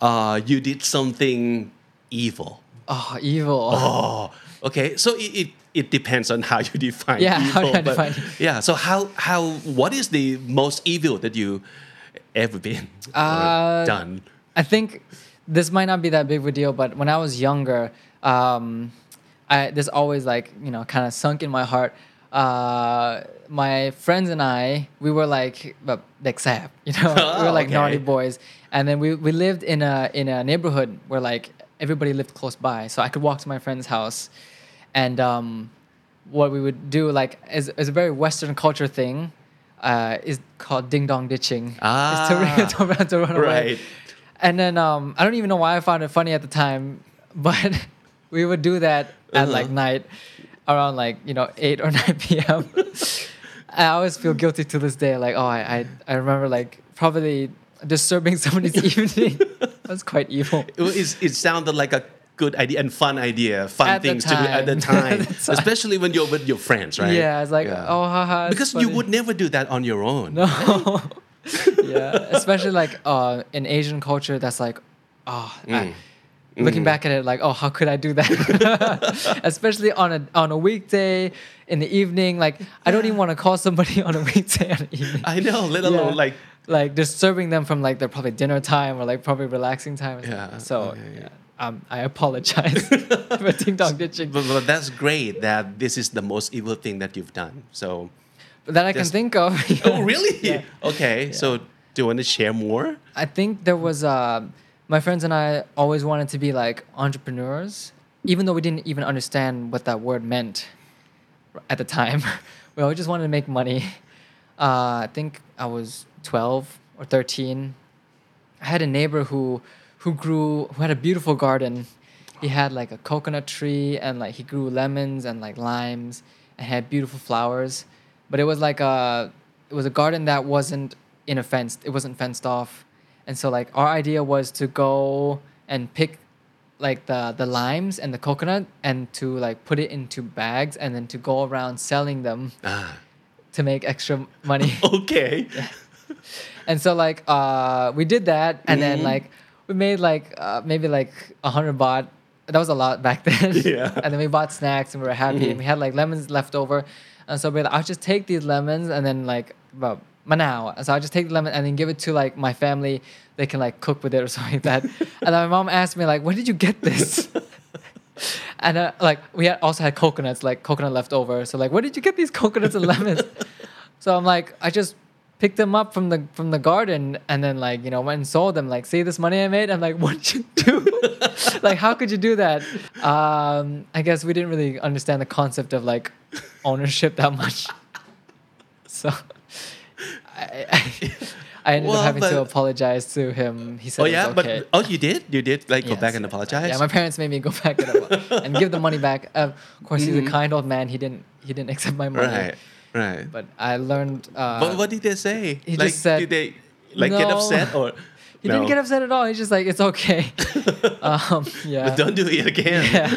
S1: uh, you did something evil.
S2: Oh, evil.
S1: Oh, okay. So it, it, it depends on how [LAUGHS] you define
S2: Yeah,
S1: evil.
S2: how do I
S1: but-
S2: define-
S1: Yeah. So how how what is the most evil that you ever been [LAUGHS] or
S2: Uh,
S1: done?
S2: I think this might not be that big of a deal, but when I was younger, um, I, this always like you know kind of sunk in my heart. Uh, my friends and I, we were like, but like sap, [LAUGHS] you
S1: [LAUGHS]
S2: know, we were like
S1: Oh, okay.
S2: naughty boys, and then we, we lived in a in a neighborhood where like everybody lived close by, so I could walk to my friend's house, and um, what we would do like is, is a very Western culture thing, uh, is called ding dong ditching. It's [LAUGHS] to,
S1: Ah.
S2: to run- to run away.
S1: Right.
S2: And then um, I don't even know why I found it funny at the time, [LAUGHS] but we would do that at
S1: Uh-huh.
S2: like night, around like you know eight or [LAUGHS] nine p.m. I always feel guilty to this day. Like oh, I I, I remember like probably disturbing [LAUGHS] somebody's
S1: [LAUGHS]
S2: evening. That's quite evil.
S1: It, was- it sounded like a good idea and fun idea, fun
S2: At the
S1: things to do at the
S2: time. [LAUGHS]
S1: time,
S2: At the time.
S1: especially when you're with your friends, right?
S2: Yeah, it's like
S1: Yeah.
S2: oh, haha. it's
S1: because you
S2: funny."
S1: would never do that on your own.
S2: No. [LAUGHS] yeah, especially like uh, in Asian culture, that's like, oh,
S1: Mm.
S2: I- looking back at it, like, oh, how could I do that? [LAUGHS] especially on a on a weekday in the evening, like I don't even want to call somebody [LAUGHS] on a weekday in the evening.
S1: I know, let alone
S2: Yeah.
S1: like
S2: like disturbing them from like their probably dinner time or like probably relaxing time.
S1: Yeah,
S2: So
S1: okay,
S2: yeah, um, I apologize [LAUGHS]
S1: [LAUGHS]
S2: for ding dong ditching.
S1: but, but that's great that this is the most evil thing that you've done.
S2: [LAUGHS]
S1: So
S2: that I can
S1: just-
S2: think of. [LAUGHS]
S1: Oh [LAUGHS] really?
S2: Yeah.
S1: Okay. So do you want to share
S2: [LAUGHS]
S1: more?
S2: I think there was uh, my friends and I always wanted to be like entrepreneurs, even though we didn't even understand what that word meant at the time. [LAUGHS] we always just wanted to make money. Uh, I think I was twelve or thirteen. I had a neighbor who who grew who had a beautiful garden. He had like a coconut tree and like he grew lemons and like limes and had beautiful flowers. But it was like a it was a garden that wasn't in a fenced it wasn't fenced off. And so like our idea was to go and pick like the the limes and the coconut and to like put it into bags and then to go around selling them
S1: Ah.
S2: to make extra money. [LAUGHS]
S1: Okay.
S2: And so like uh, we did that, and then like we made like uh, maybe like a hundred baht. That was a lot back [LAUGHS] then.
S1: Yeah.
S2: and then we bought snacks and we were happy. And we had like lemons left over, and so we we're like, I'll just take these lemons and then like well, manao. And so I just take the lemon and then give it to like my family. They can like cook with it or [LAUGHS] something like that. and then my mom asked me like, where did you get this? [LAUGHS] And uh, like we had also had coconuts, like coconut left over. So like, where did you get these coconuts and lemons? so I'm like, I just picked them up from the from the garden, and then like you know went and sold them. Like, see this money I made? I'm like, [LAUGHS] what'd you do? [LAUGHS] like, how could you do that? Um, I guess we didn't really understand the concept of like ownership that much. [LAUGHS] So I, I, I ended
S1: Well,
S2: up having to
S1: but-
S2: apologize to him. He said,
S1: Oh
S2: it was
S1: yeah,
S2: okay.
S1: but oh, you did, you did like go
S2: Yes,
S1: back and
S2: yeah.
S1: apologize.
S2: Yeah, my parents made me go back and, uh, and give the money back. Of course, he's a kind old man. He didn't he didn't [LAUGHS] accept my money.
S1: Mm-hmm. right, right. But,
S2: But I learned. Uh,
S1: what did they say?
S2: he
S1: like,
S2: just said,
S1: did they like get
S2: "No."
S1: upset or?
S2: [LAUGHS] he
S1: No.
S2: didn't get upset at all. He's just like it's
S1: [LAUGHS]
S2: okay. um, yeah.
S1: But don't do it again.
S2: [LAUGHS] yeah.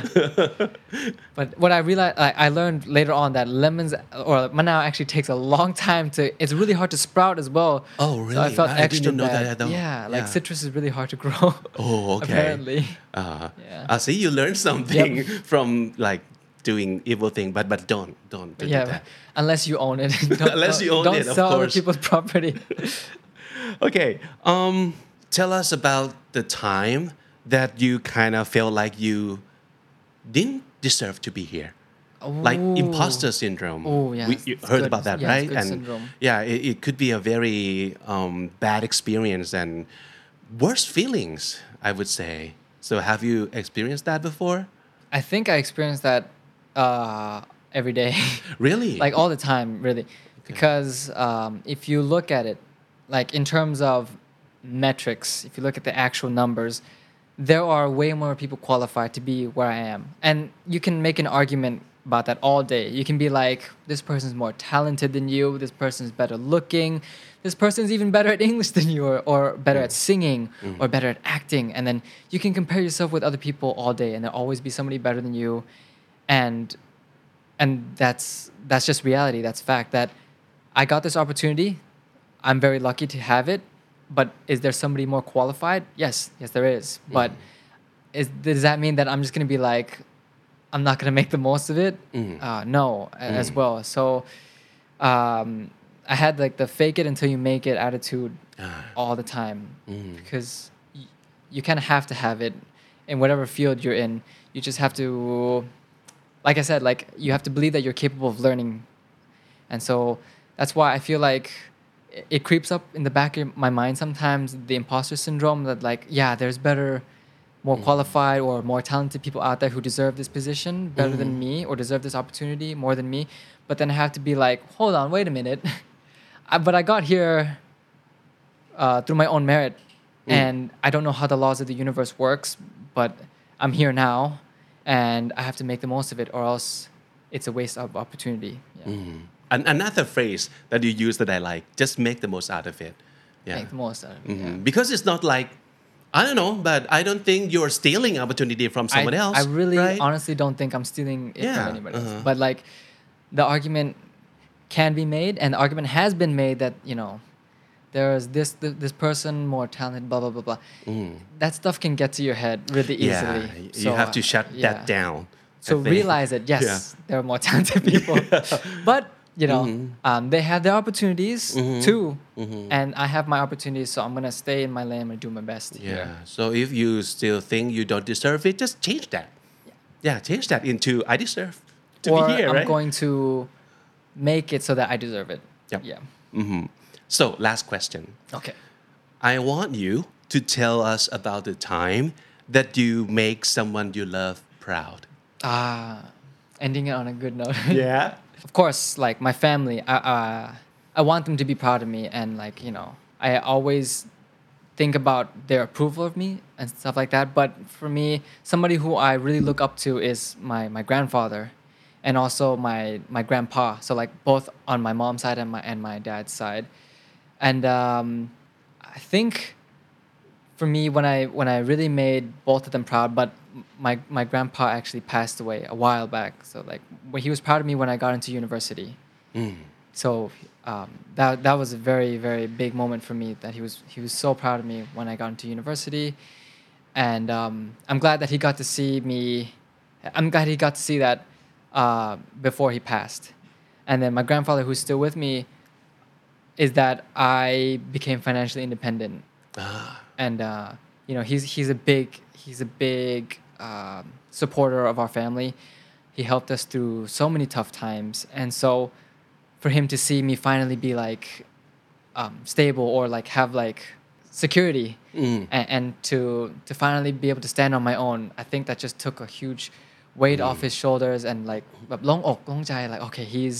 S2: but what I realized, I, I learned later on that lemons or manao actually takes a long time to. It's really hard to sprout as well.
S1: Oh,
S2: So I
S1: really?
S2: felt
S1: I
S2: extra
S1: didn't know
S2: bad.
S1: that at all.
S2: Yeah, like
S1: Yeah.
S2: citrus is really hard to grow. [LAUGHS]
S1: Oh, okay.
S2: Apparently.
S1: Uh,
S2: Yeah.
S1: I see you learned something [LAUGHS] from like doing evil thing, but but don't don't, don't
S2: Yeah,
S1: do that.
S2: unless you own it. [LAUGHS] Don't-
S1: [LAUGHS] Unless
S2: don't-
S1: you own
S2: don't
S1: it, of
S2: sell other
S1: course.
S2: people's [LAUGHS] property.
S1: Okay. Um, tell us about the time that you kind of felt like you didn't deserve to be here. Like
S2: Ooh.
S1: imposter syndrome.
S2: Oh, yeah,
S1: We,
S2: it's-
S1: you
S2: it's
S1: heard
S2: good.
S1: about that,
S2: Yeah, it's
S1: right?
S2: good
S1: and
S2: syndrome.
S1: yeah, it, it could be a very um, bad experience and worst feelings, I would say. So, have you experienced that before?
S2: I think I experience that uh, every day, [LAUGHS]
S1: Really?
S2: like oh all the time, really, because um, if you look at it, like in terms of metrics, if you look at the actual numbers, there are way more people qualified to be where I am, and you can make an argument about that all day. You can be like, this person's more talented than you, this person's better looking, this person's even better at English than you, or, or better at singing, or better at acting. And then you can compare yourself with other people all day, and there'll always be somebody better than you. And and that's that's just reality. That's fact. That I got this opportunity. I'm very lucky to have it. But is there somebody more qualified? Yes, yes, there is. But is, does that mean that I'm just gonna be like, I'm not gonna make the most of it? Uh, no, a- as well. So um, I had like the fake it until you make it attitude all the time because y- you kind of have to have it in whatever field you're in. You just have to, like I said, like you have to believe that you're capable of learning, and so that's why I feel like i- it creeps up in the back of my mind sometimes the imposter syndrome that like yeah there's better more qualified or more talented people out there who deserve this position better than me or deserve this opportunity more than me but then i have to be like hold on wait a minute [LAUGHS] I, but i got here uh, through my own merit
S1: Mm.
S2: and i don't know how the laws of the universe works but i'm here now and i have to make the most of it or else it's a waste of opportunity yeah.
S1: Mm, An- another phrase that you use that I like just make the most out of it. Yeah.
S2: make the most out of it
S1: Mhm. Because it's not like, I don't know, but I don't think you're stealing opportunity from someone
S2: I,
S1: else.
S2: I really
S1: right?
S2: honestly don't think I'm stealing it
S1: Yeah,
S2: from anybody
S1: uh-huh.
S2: else. But like the argument can be made and the argument has been made that, you know, there's this th- this person more talented, blah blah blah blah. That stuff can get to your head really
S1: Mm. yeah,
S2: easily.
S1: you
S2: So,
S1: have to
S2: uh,
S1: shut
S2: yeah.
S1: that down. I
S2: So
S1: think.
S2: realize that yes,
S1: Yeah.
S2: there are more [LAUGHS] talented
S1: [LAUGHS]
S2: people, but you know
S1: Mm-hmm.
S2: um, they have their opportunities too, and I have my opportunities. So I'm gonna stay in my lane. I'm gonna do my best.
S1: Yeah. So if you still think you don't deserve it, just change that. Yeah, change that into I deserve to
S2: or
S1: be here,
S2: I'm
S1: right?
S2: going to make it so that I deserve it.
S1: Yep.
S2: Yeah.
S1: so last question.
S2: Okay.
S1: I want you to tell us about the time that you make someone you love proud.
S2: Ah, ending it on a good note. [LAUGHS]
S1: Yeah.
S2: of course, like my family, I, uh, I want them to be proud of me, and like you know, I always think about their approval of me and stuff like that. But for me, somebody who I really look up to is my my grandfather, and also my my grandpa. So like both on my mom's side and my and my dad's side, and um, I think for me when I when I really made both of them proud, but my my grandpa actually passed away a while back. So like when he was proud of me when I got into university. So um, that that was a very very big moment for me. That he was he was so proud of me when I got into university, and um, I'm glad that he got to see me. I'm glad he got to see that uh, before he passed, and then my grandfather who's still with me is that I became financially independent, and uh, you know he's he's a big he's a big um, supporter of our family. He helped us through so many tough times, and so for him to see me finally be like um, stable or like have like security and, and to to finally be able to stand on my own i think that just took a huge weight off his shoulders and like long ok long jai like okay he's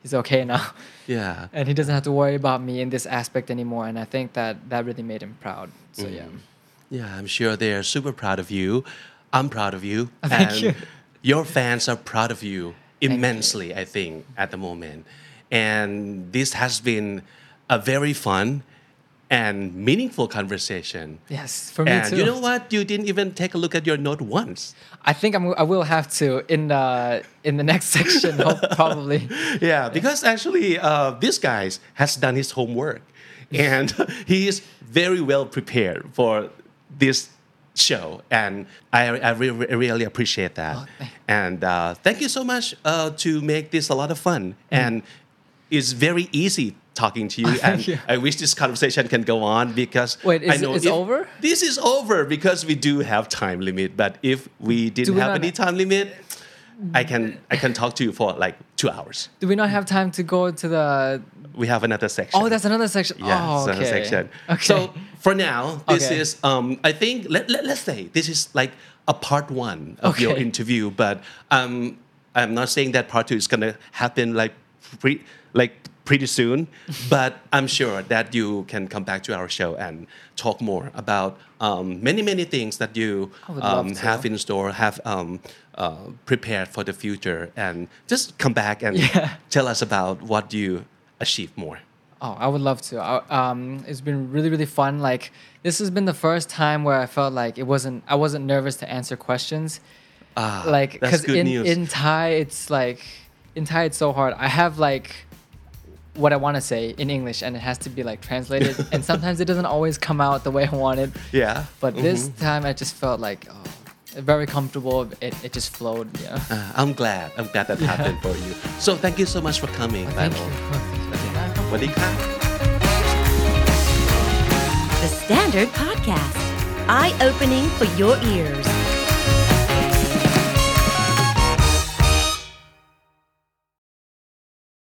S2: he's okay now [LAUGHS]
S1: Yeah.
S2: and he doesn't have to worry about me in this aspect anymore and i think that that really made him proud so
S1: Mm.
S2: yeah
S1: Yeah, I'm sure they're super proud of you. I'm proud of you. and
S2: Oh, you.
S1: your fans are proud of you immensely, I think, at the moment. And this has been a very fun and meaningful conversation.
S2: yes for me
S1: And
S2: too
S1: you know what? You didn't even take a look at your note once.
S2: i think I'm, i will have to in the in the next [LAUGHS]
S1: [LAUGHS]
S2: section hope- probably
S1: Yeah, because actually, uh, this guy has done his homework,
S2: [LAUGHS]
S1: and [LAUGHS] he is very well prepared for this show, and I, I re- re- really appreciate that.
S2: Oh,
S1: and uh, thank you so much uh, to make this a lot of fun,
S2: Mm-hmm.
S1: and it's very easy talking to you.
S2: [LAUGHS]
S1: and
S2: you.
S1: I wish this conversation can go on because
S2: Wait,
S1: I
S2: is-
S1: know
S2: it's
S1: if-
S2: over?
S1: This is over because we do have time limit. But if we didn't
S2: we
S1: have
S2: not-
S1: any time limit. I can I can talk to you for like two hours
S2: do we not have time to go to the
S1: we have another section.
S2: oh that's another section
S1: yeah,
S2: oh,
S1: it's
S2: okay.
S1: another section.
S2: okay
S1: So for now, this
S2: Okay.
S1: is um, I think let, let us say this is like a part one of your
S2: Okay.
S1: interview, but um, I'm not saying that part two is gonna happen like pre like pretty
S2: [LAUGHS]
S1: soon, but I'm sure that you can come back to our show and talk more about um, many many things that you
S2: I would
S1: um,
S2: love to.
S1: have in store, have um, uh, prepared for the future, and just come back and tell us about what you achieve more.
S2: Oh, I would love to. I, um, it's been really, really fun. Like this has been the first time where I felt like it wasn't. I wasn't nervous to answer questions. Ah, like
S1: that's
S2: because
S1: good
S2: in
S1: news.
S2: in Thai, it's like in Thai, it's so hard. I have like what I want to say in English, and it has to be like
S1: [LAUGHS]
S2: translated. and sometimes it doesn't always come out the way I wanted.
S1: Yeah. Mm-hmm.
S2: But this time, I just felt like oh, very comfortable. It it just flowed. Yeah.
S1: Uh, I'm glad. I'm glad that happened for you. So thank you so much for coming.
S2: Oh, Thank you.
S1: Bible.
S2: [LAUGHS] Thank you.
S1: สวัสดีครับ
S3: The Standard Podcast, eye opening for your ears.